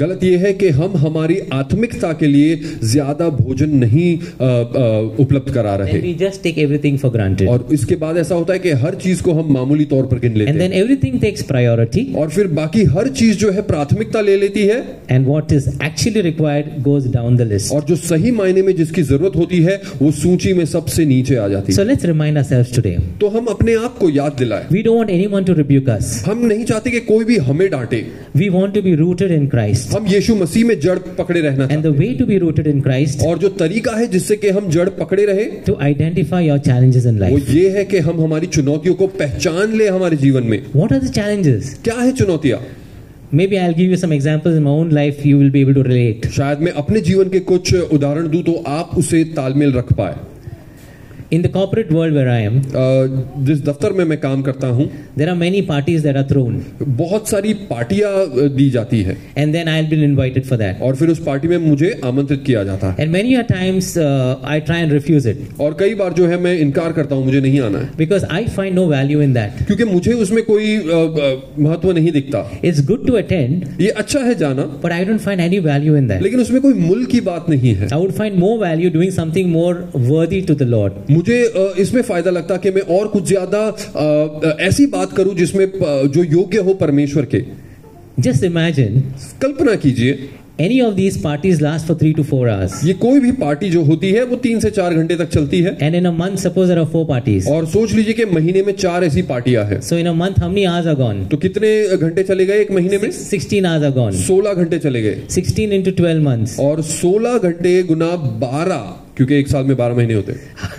Speaker 2: गलत ये है कि हम हमारी आत्मिकता के लिए ज्यादा भोजन नहीं अ, अ, उपलब्ध करा रहे
Speaker 1: Then we just take everything for granted.
Speaker 2: और इसके बाद ऐसा होता है कि हर चीज को हम मामूली तौर पर गिन लेते
Speaker 1: And then
Speaker 2: हैं
Speaker 1: everything takes priority.
Speaker 2: और फिर बाकी हर चीज जो है प्राथमिकता ले लेती है
Speaker 1: And what is actually required goes down the list.
Speaker 2: और जो सही मायने में जिसकी जरूरत होती है वो सूची में सबसे नीचे आ जाती है
Speaker 1: So let's remind ourselves today.
Speaker 2: तो हम अपने आप को याद दिलाए
Speaker 1: We don't want anyone to rebuke us.
Speaker 2: हम नहीं चाहते कि कोई भी हमें डांटे
Speaker 1: We want to be rooted in Christ.
Speaker 2: हम यीशु मसीह में जड़ पकड़े रहना
Speaker 1: And
Speaker 2: चाहते
Speaker 1: the way to be rooted in Christ
Speaker 2: हैं। और जो तरीका है जिससे कि हम जड़ पकड़े रहे
Speaker 1: to identify your challenges in
Speaker 2: वो
Speaker 1: life.
Speaker 2: ये है कि हम हमारी चुनौतियों को पहचान ले हमारे जीवन में
Speaker 1: What are the challenges?
Speaker 2: क्या है चुनौतियां
Speaker 1: Maybe I'll give you some examples in my own life you will be able to relate.
Speaker 2: शायद मैं अपने जीवन के कुछ उदाहरण दूं तो आप उसे तालमेल रख पाए
Speaker 1: In the corporate world where I am,
Speaker 2: अ, जिस दफ्तर में मैं काम करता हूँ
Speaker 1: there are many parties that are thrown
Speaker 2: बहुत सारी पार्टियां दी जाती है
Speaker 1: and then I'll be invited for that.
Speaker 2: और फिर उस पार्टी में मुझे आमंत्रित किया जाता है
Speaker 1: And many a times uh, I try and refuse it
Speaker 2: और कई बार जो है मैं इनकार करता हूँ मुझे नहीं आना है
Speaker 1: because I find no value in that.
Speaker 2: क्योंकि मुझे उसमें कोई अ, अ, महत्व नहीं दिखता
Speaker 1: It's good to attend,
Speaker 2: ये अच्छा है जाना
Speaker 1: but I don't find any value in that.
Speaker 2: लेकिन उसमें कोई मूल की बात नहीं है
Speaker 1: I would find more value doing something more worthy to the Lord.
Speaker 2: मुझे अ, इसमें फायदा लगता कि मैं और कुछ ज्यादा अ, अ, ऐसी बात करूं जिसमें अ, जो योग्य हो परमेश्वर के
Speaker 1: Just imagine
Speaker 2: कल्पना कीजिए
Speaker 1: any of these parties last for three to four hours.
Speaker 2: ये कोई भी पार्टी जो होती है वो तीन से चार घंटे तक चलती है
Speaker 1: And in a month, suppose there are four parties.
Speaker 2: और सोच लीजिए कि महीने में चार ऐसी पार्टियां हैं
Speaker 1: So in a month, how many hours are gone?
Speaker 2: तो कितने घंटे चले गए एक महीने में
Speaker 1: Six- 16 hours are gone.
Speaker 2: सोलह घंटे चले गए
Speaker 1: 16 into 12 months.
Speaker 2: और 16 घंटे गुना 12 क्योंकि एक साल में 12 महीने होते हैं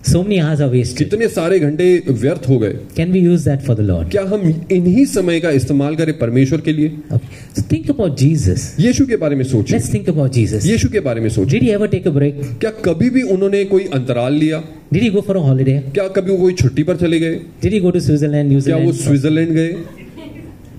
Speaker 1: So many hours are wasted.
Speaker 2: कितने सारे घंटे व्यर्थ हो गए
Speaker 1: Can we use that for the Lord?
Speaker 2: क्या हम इन्हीं समय का इस्तेमाल करें परमेश्वर के लिए
Speaker 1: Okay. So think about Jesus.
Speaker 2: यीशु के बारे में सोचिए
Speaker 1: Let's think about Jesus.
Speaker 2: यीशु के बारे में सोचिए
Speaker 1: Did he ever take a break?
Speaker 2: क्या कभी भी उन्होंने कोई अंतराल लिया
Speaker 1: Did he go for a holiday?
Speaker 2: क्या कभी वो कोई छुट्टी पर चले गए
Speaker 1: Did he go to Switzerland, New
Speaker 2: क्या वो
Speaker 1: Zealand?
Speaker 2: स्विट्जरलैंड गए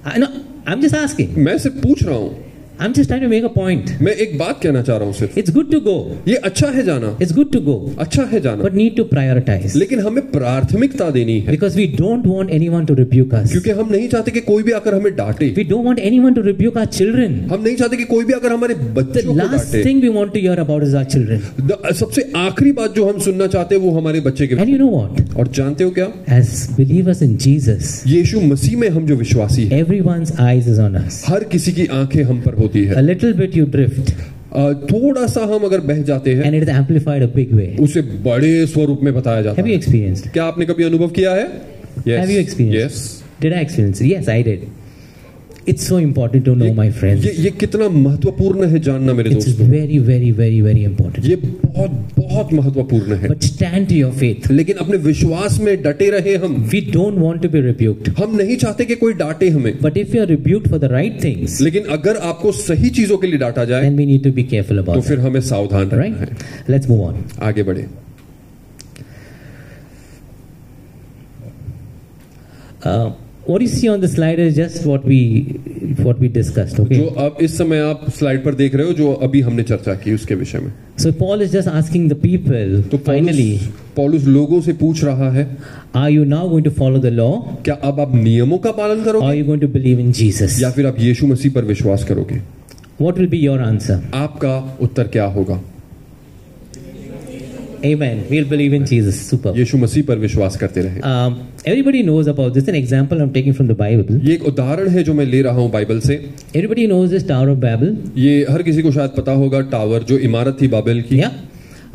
Speaker 1: I, no, I'm just asking.
Speaker 2: मैं सिर्फ पूछ रहा हूँ
Speaker 1: I'm just trying to make a point.
Speaker 2: मैं एक बात कहना चाह रहा हूँ सिर्फ
Speaker 1: It's good to go.
Speaker 2: ये अच्छा है जाना
Speaker 1: It's good to go,
Speaker 2: अच्छा है जाना
Speaker 1: but need to prioritize
Speaker 2: लेकिन हमें प्राथमिकता देनी है
Speaker 1: because we don't want anyone to rebuke us.
Speaker 2: क्योंकि हम नहीं चाहते कि कोई भी आकर हमें डांटे
Speaker 1: We don't want anyone to rebuke our children.
Speaker 2: हम नहीं चाहते कि कोई भी आकर हमारे
Speaker 1: The
Speaker 2: बच्चों को
Speaker 1: last
Speaker 2: डांटे
Speaker 1: thing we want to hear about is our children.
Speaker 2: द- सबसे आखिरी बात जो हम सुनना चाहते हैं वो हमारे बच्चे के
Speaker 1: And you know what?
Speaker 2: और जानते हो क्या
Speaker 1: As believers in Jesus,
Speaker 2: यीशु मसीह में हम जो विश्वासी हैं
Speaker 1: everyone's eyes is on us.
Speaker 2: हर किसी की आंखें हम पर होती है
Speaker 1: A little bit you drift,
Speaker 2: अ, थोड़ा सा हम अगर बह जाते हैं
Speaker 1: and it is amplified a big way.
Speaker 2: उसे बड़े स्वरूप में बताया जाता
Speaker 1: Have you
Speaker 2: है
Speaker 1: experienced?
Speaker 2: क्या आपने कभी अनुभव किया है
Speaker 1: Have you experienced?
Speaker 2: Yes.
Speaker 1: Did I experience? it? Yes, I did. It's so important to know, my friends.
Speaker 2: ये ये कितना महत्वपूर्ण है जानना मेरे
Speaker 1: It's
Speaker 2: दोस्तों
Speaker 1: very, very, very, very important.
Speaker 2: ये बहुत बहुत महत्वपूर्ण है
Speaker 1: But stand to your faith.
Speaker 2: लेकिन अपने विश्वास में डटे रहे हम
Speaker 1: We don't want to be rebuked.
Speaker 2: हम नहीं चाहते कि कोई डांटे हमें
Speaker 1: But if you are rebuked for the right things,
Speaker 2: लेकिन अगर आपको सही चीजों के लिए डांटा जाए
Speaker 1: then we need to be careful
Speaker 2: तो
Speaker 1: about it.
Speaker 2: फिर हमें सावधान
Speaker 1: Right?
Speaker 2: रहना है
Speaker 1: Let's move on.
Speaker 2: आगे बढ़े
Speaker 1: Uh, what you see on the slide is just what we what we discussed. Okay.
Speaker 2: जो अब इस समय आप स्लाइड पर देख रहे हो जो अभी हमने चर्चा की उसके विषय में
Speaker 1: So Paul is just asking the people.
Speaker 2: तो
Speaker 1: finally,
Speaker 2: पॉलुस पॉलुस लोगों से पूछ रहा है
Speaker 1: are you now going to follow the law,
Speaker 2: क्या अब आप नियमों का पालन
Speaker 1: or
Speaker 2: करोगे
Speaker 1: are you going to believe in Jesus?
Speaker 2: या फिर आप यीशु मसीह पर विश्वास करोगे
Speaker 1: What will be your answer?
Speaker 2: आपका उत्तर क्या होगा
Speaker 1: Amen. We'll believe in Jesus. Super.
Speaker 2: यीशु मसीह पर विश्वास करते रहे
Speaker 1: Um, everybody knows about this. An example I'm taking from the Bible.
Speaker 2: ये एक उदाहरण है जो मैं ले रहा हूँ बाइबल से
Speaker 1: Everybody knows this Tower of Babel.
Speaker 2: ये हर किसी को शायद पता होगा टावर जो इमारत थी बाबेल की
Speaker 1: Yeah.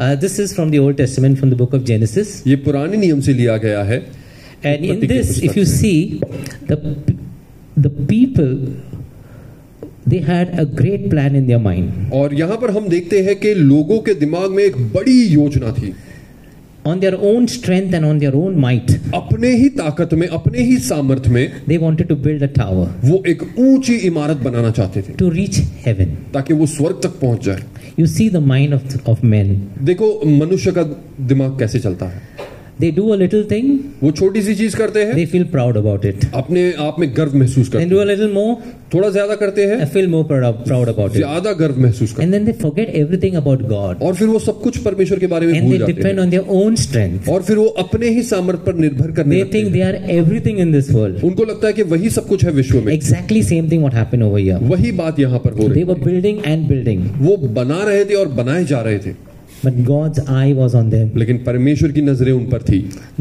Speaker 1: Uh, this is from the Old Testament, from the book of Genesis.
Speaker 2: ये पुराने नियम से लिया गया है
Speaker 1: And in
Speaker 2: उत्पत्ति की
Speaker 1: this,
Speaker 2: पुस्तक
Speaker 1: if you
Speaker 2: से।
Speaker 1: see, the p- the people they had a great plan in their mind.
Speaker 2: और यहाँ पर हम देखते हैं कि लोगों के दिमाग में एक बड़ी योजना थी
Speaker 1: On their own strength and on their own might,
Speaker 2: अपने ही ताकत में अपने ही सामर्थ्य में
Speaker 1: they wanted to build a tower
Speaker 2: वो एक ऊंची इमारत बनाना चाहते थे
Speaker 1: to reach heaven.
Speaker 2: ताकि वो स्वर्ग तक पहुंच जाए
Speaker 1: You see the mind of, of men.
Speaker 2: देखो मनुष्य का दिमाग कैसे चलता है
Speaker 1: They do a little thing,
Speaker 2: वो छोटी सी चीज करते हैं
Speaker 1: they feel proud about it.
Speaker 2: अपने आप में गर्व महसूस
Speaker 1: Then
Speaker 2: करते
Speaker 1: do a
Speaker 2: हैं
Speaker 1: little more,
Speaker 2: थोड़ा ज्यादा करते
Speaker 1: I
Speaker 2: हैं
Speaker 1: feel more proud, proud about it.
Speaker 2: ज्यादा गर्व महसूस करते
Speaker 1: And then they forget everything about God.
Speaker 2: हैं और फिर वो सब कुछ परमेश्वर के बारे में
Speaker 1: And
Speaker 2: भूल
Speaker 1: they
Speaker 2: जाते
Speaker 1: depend
Speaker 2: हैं
Speaker 1: on their own strength.
Speaker 2: और फिर वो अपने ही सामर्थ्य पर निर्भर करने
Speaker 1: They
Speaker 2: लगते
Speaker 1: think
Speaker 2: हैं
Speaker 1: they are everything in this world.
Speaker 2: उनको लगता है कि वही सब कुछ है विश्व में
Speaker 1: Exactly same thing what happened over here.
Speaker 2: वही बात यहाँ पर हो रही
Speaker 1: They
Speaker 2: है
Speaker 1: were building and building,
Speaker 2: वो बना रहे थे और बनाए जा रहे थे
Speaker 1: but God's eye was on them.
Speaker 2: लेकिन परमेश्वर की नजरें उन पर थी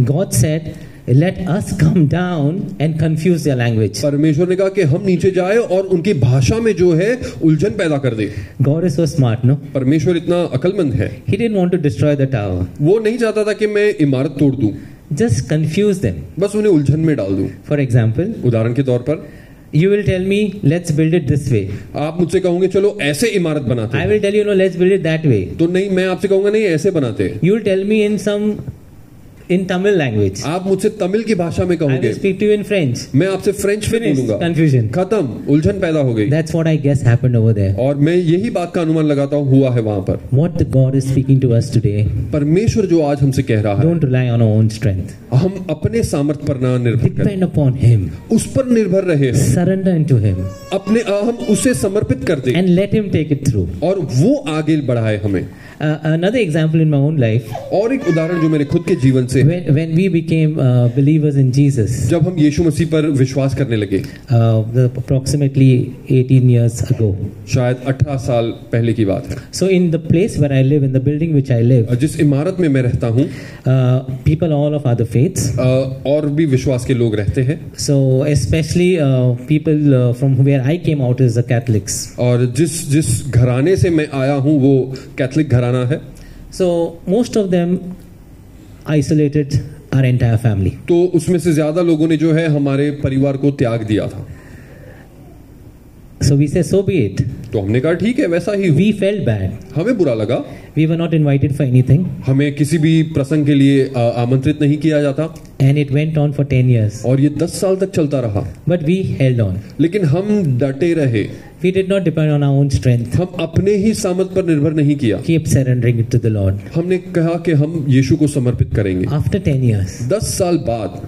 Speaker 1: God said, "Let us come down and confuse their language."
Speaker 2: परमेश्वर ने कहा कि हम नीचे जाए और उनकी भाषा में जो है उलझन पैदा कर दे
Speaker 1: God is so smart, no?
Speaker 2: परमेश्वर इतना अकलमंद है
Speaker 1: He didn't want to destroy the tower.
Speaker 2: वो नहीं चाहता था कि मैं इमारत तोड़ दूं
Speaker 1: Just confuse them.
Speaker 2: बस उन्हें उलझन में डाल दूं
Speaker 1: For example,
Speaker 2: उदाहरण के तौर पर
Speaker 1: you will tell me, "Let's build it this way."
Speaker 2: आप मुझसे कहोगे चलो ऐसे इमारत बनाते
Speaker 1: I
Speaker 2: हैं
Speaker 1: will tell you, "No, let's build it that way."
Speaker 2: तो नहीं मैं आपसे कहूंगा नहीं ऐसे बनाते हैं
Speaker 1: You will tell me in some in Tamil language.
Speaker 2: आप मुझसे तमिल की भाषा में
Speaker 1: I will
Speaker 2: कहोगे
Speaker 1: speak to you in French.
Speaker 2: मैं आपसे फ्रेंच में
Speaker 1: Finish.
Speaker 2: बोलूंगा
Speaker 1: Confusion.
Speaker 2: खत्म उलझन पैदा हो गई
Speaker 1: That's what I guess happened over there.
Speaker 2: और मैं यही बात का अनुमान लगाता हूँ हुआ है वहां पर
Speaker 1: What the God is speaking to us today,
Speaker 2: परमेश्वर जो आज हमसे कह रहा है
Speaker 1: don't rely on our own strength.
Speaker 2: हम अपने सामर्थ्य पर ना निर्भर करें
Speaker 1: Depend upon Him.
Speaker 2: उस पर निर्भर रहे हम।
Speaker 1: Surrender into Him
Speaker 2: अपने अ, हम उसे समर्पित कर दें
Speaker 1: and let Him take it through.
Speaker 2: और वो आगे बढ़ाए हमें
Speaker 1: Uh, another example in my own life,
Speaker 2: और एक उदाहरण जो मेरे खुद के जीवन से है
Speaker 1: when, when we became uh, believers in Jesus,
Speaker 2: जब हम यीशु मसीह पर विश्वास करने लगे
Speaker 1: uh, the, approximately 18 years ago.
Speaker 2: शायद 18 साल पहले की बात है
Speaker 1: So, in the place where I live, in the building which I live,
Speaker 2: जिस इमारत में मैं रहता हूँ
Speaker 1: uh, people all of other faiths,
Speaker 2: अ, और भी विश्वास के लोग रहते हैं
Speaker 1: So, especially uh, people uh, from where I came out is the Catholics.
Speaker 2: और जिस जिस घराने से मैं आया हूँ वो कैथलिक घराना है
Speaker 1: So, most of them isolated our entire family.
Speaker 2: तो उसमें से ज्यादा लोगों ने जो है हमारे परिवार को त्याग दिया था
Speaker 1: So, we say, so be it.
Speaker 2: तो हमने कहा ठीक है वैसा ही हो
Speaker 1: We felt bad.
Speaker 2: हमें बुरा लगा
Speaker 1: We were not invited for anything.
Speaker 2: हमें किसी भी प्रसंग के लिए अ, आमंत्रित नहीं किया जाता
Speaker 1: And it went on for 10 years.
Speaker 2: और ये दस साल तक चलता रहा
Speaker 1: But we held on.
Speaker 2: लेकिन हम डटे रहे
Speaker 1: We did not depend on our own strength.
Speaker 2: हम अपने ही सामर्थ पर निर्भर नहीं किया
Speaker 1: Keep surrendering it to the Lord.
Speaker 2: हमने कहा कि हम यीशु को समर्पित करेंगे
Speaker 1: After 10 years,
Speaker 2: दस साल बाद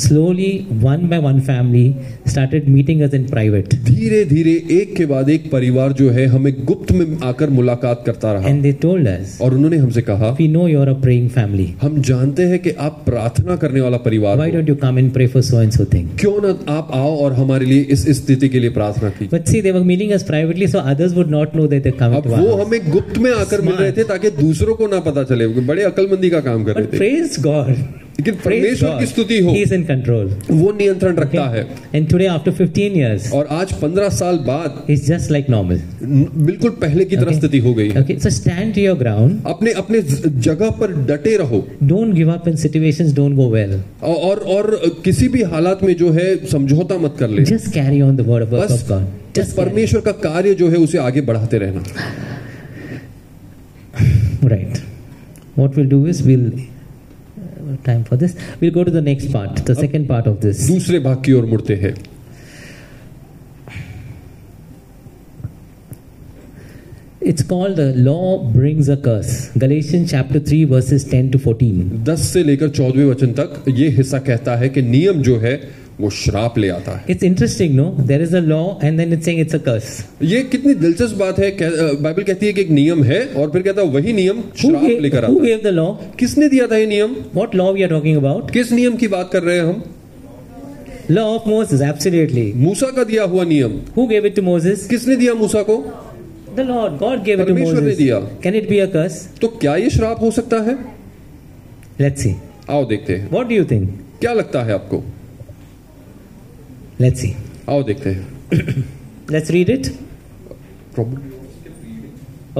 Speaker 1: slowly, one by one family started meeting us in private.
Speaker 2: धीरे धीरे एक के बाद एक परिवार जो है हमें गुप्त में आकर मुलाकात करता रहा
Speaker 1: And they told us,
Speaker 2: और उन्होंने हमसे कहा
Speaker 1: We know you're a praying family.
Speaker 2: हम जानते हैं कि आप प्रार्थना करने वाला परिवार
Speaker 1: why
Speaker 2: हो।
Speaker 1: don't you come and pray for so and so thing
Speaker 2: क्यों ना आप आओ और हमारे लिए इस स्थिति के लिए प्रार्थना कीजिए
Speaker 1: but see they were meeting us privately so others would not know that they come
Speaker 2: अब
Speaker 1: to
Speaker 2: वो
Speaker 1: us
Speaker 2: हमें गुप्त में आकर मिल रहे थे ताकि दूसरों को ना पता चले बड़े अकलमंदी का काम कर
Speaker 1: but
Speaker 2: रहे थे
Speaker 1: praise god
Speaker 2: लेकिन
Speaker 1: praise
Speaker 2: परमेश्वर
Speaker 1: god
Speaker 2: की स्तुति हो
Speaker 1: he is in control
Speaker 2: वो नियंत्रण रखता है
Speaker 1: and today after 15 years
Speaker 2: और आज पंद्रह साल बाद
Speaker 1: it's just like normal
Speaker 2: न- बिल्कुल पहले की तरह
Speaker 1: Okay.
Speaker 2: स्थिति हो गई है
Speaker 1: okay so stand to your ground
Speaker 2: अपने अपने ज- जगह पर डटे रहो
Speaker 1: don't give up when situations don't go well
Speaker 2: औ- और और किसी भी हालात में जो है समझौता मत कर ले
Speaker 1: just carry on the word of, work
Speaker 2: बस
Speaker 1: of god
Speaker 2: बस
Speaker 1: just carry.
Speaker 2: परमेश्वर का कार्य जो है उसे आगे बढ़ाते रहना
Speaker 1: right what we'll do is we'll uh, time for this we'll go to the next part the second part of this
Speaker 2: दूसरे भाग की ओर मुड़ते हैं
Speaker 1: It's called the law brings a curse. Galatians chapter 3 verses 10 to 14.
Speaker 2: दस से लेकर चौदवे वचन तक ये हिस्सा कहता है कि नियम जो है वो श्राप ले आता है
Speaker 1: It's interesting, no? There is a law, and then it's saying it's a curse.
Speaker 2: ये कितनी दिलचस्प बात है कह- अ, बाइबल कहती है कि एक नियम है और फिर कहता है वही नियम
Speaker 1: Who
Speaker 2: श्राप
Speaker 1: gave,
Speaker 2: लेकर
Speaker 1: who
Speaker 2: आता है
Speaker 1: gave the law?
Speaker 2: किसने दिया था ये नियम
Speaker 1: What law we are talking about?
Speaker 2: किस नियम की बात कर रहे हैं हम
Speaker 1: Law of Moses, absolutely.
Speaker 2: मूसा का दिया हुआ नियम
Speaker 1: Who gave it to Moses?
Speaker 2: किसने दिया मूसा को
Speaker 1: The Lord, God gave it to
Speaker 2: परमेश्वर ने
Speaker 1: Moses.
Speaker 2: दिया।
Speaker 1: Can it be a curse?
Speaker 2: तो क्या ये श्राप हो सकता है
Speaker 1: Let's see.
Speaker 2: आओ देखते हैं
Speaker 1: What do you think?
Speaker 2: क्या लगता है आपको
Speaker 1: Let's see.
Speaker 2: आओ देखते हैं
Speaker 1: Let's read it.
Speaker 2: Probably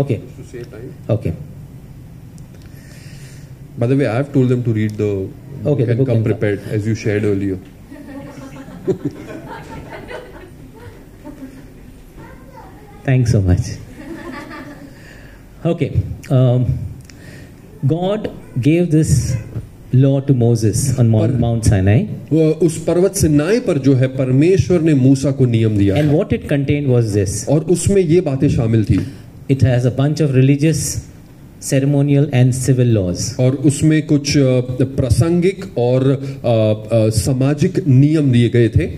Speaker 1: Okay.
Speaker 2: to save time.
Speaker 1: Okay.
Speaker 2: By the way, I have told them to read the book
Speaker 1: the
Speaker 2: and
Speaker 1: book
Speaker 2: come
Speaker 1: and-
Speaker 2: prepared as you shared earlier.
Speaker 1: Thanks so much. Okay. Um, God gave this law to Moses on Mount, Mount Sinai,
Speaker 2: वो उस पर्वत सिनाई पर जो है परमेश्वर ने मूसा को नियम दिया
Speaker 1: and what it contained was this
Speaker 2: और उसमें ये बातें शामिल थी
Speaker 1: it has a bunch of religious, ceremonial, and civil laws.
Speaker 2: और उसमें कुछ अ, प्रासंगिक और अ, अ, सामाजिक नियम दिए गए थे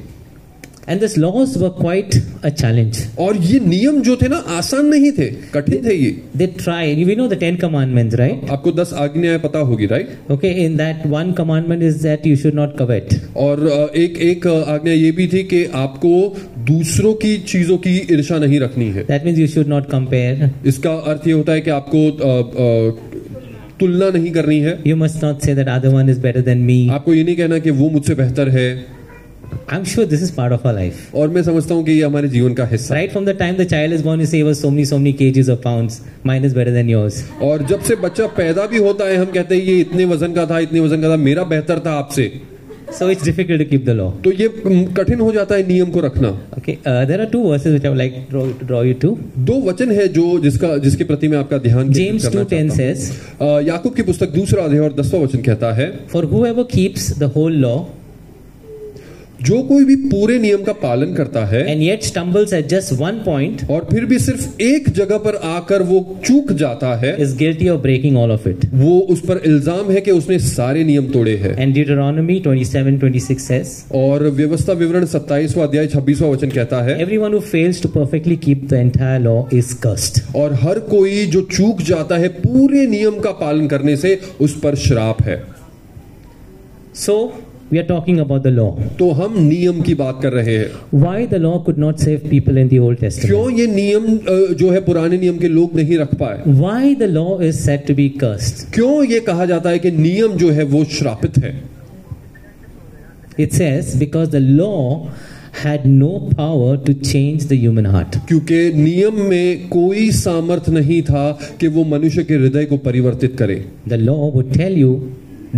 Speaker 1: And these laws were quite a challenge.
Speaker 2: और ये नियम जो थे ना आसान नहीं थे कठिन थे ये
Speaker 1: They tried, we know the Ten Commandments, right?
Speaker 2: आपको दस आज्ञाएं पता होगी right
Speaker 1: Okay, in that one commandment is that you should not covet.
Speaker 2: और अ, एक एक अ, आज्ञा ये भी थी कि आपको दूसरों की चीजों की ईर्षा नहीं रखनी है
Speaker 1: That means you should not compare.
Speaker 2: इसका अर्थ ये होता है कि आपको अ, अ, तुलना नहीं करनी है
Speaker 1: You must not say that other one is better than me.
Speaker 2: आपको ये नहीं कहना कि वो मुझसे बेहतर है
Speaker 1: I'm sure this is part of our life.
Speaker 2: और मैं समझता हूँ कि ये हमारे जीवन का हिस्सा है
Speaker 1: Right from the time the child is born, you say he was so many, so many kgs or pounds. Mine is better than yours.
Speaker 2: और जब से बच्चा पैदा भी होता है हम कहते हैं ये इतने वजन का था इतने वजन का था मेरा बेहतर था आपसे
Speaker 1: So it's difficult to keep the law.
Speaker 2: तो ये म, कठिन हो जाता है नियम को रखना
Speaker 1: Okay, uh, there are two verses which I would like to draw, to draw you to.
Speaker 2: दो वचन है जो जिसका जिसके प्रति मैं आपका ध्यान केंद्रित
Speaker 1: James
Speaker 2: करना
Speaker 1: 2.10
Speaker 2: चाहता हूं।
Speaker 1: says,
Speaker 2: अ, याकूब की पुस्तक दूसरा अध्याय और दसवां वचन कहता है
Speaker 1: For whoever keeps the whole law
Speaker 2: जो कोई भी पूरे नियम का पालन करता है
Speaker 1: and yet stumbles at just one point
Speaker 2: और फिर भी सिर्फ एक जगह पर आकर वो चूक जाता है
Speaker 1: is guilty of breaking all of it.
Speaker 2: वो उस पर इल्जाम है कि उसने सारे नियम तोड़े हैं
Speaker 1: And Deuteronomy 27.26 says,
Speaker 2: और व्यवस्था विवरण 27वां अध्याय 26वां वचन कहता है
Speaker 1: Everyone who fails to perfectly keep the entire law is cursed.
Speaker 2: और हर कोई जो चूक जाता है पूरे नियम का पालन करने से उस पर श्राप है
Speaker 1: So, we are talking about the law.
Speaker 2: तो हम नियम की बात कर रहे हैं
Speaker 1: Why the law could not save people in the Old Testament?
Speaker 2: क्यों ये नियम अ, जो है पुराने नियम के लोग नहीं रख पाए
Speaker 1: Why the law is said to be cursed?
Speaker 2: क्यों ये कहा जाता है कि नियम जो है वो श्रापित है
Speaker 1: It says because the law had no power to change the human heart.
Speaker 2: क्योंकि नियम में कोई सामर्थ नहीं था कि वो मनुष्य के हृदय को परिवर्तित करे
Speaker 1: The law would tell you,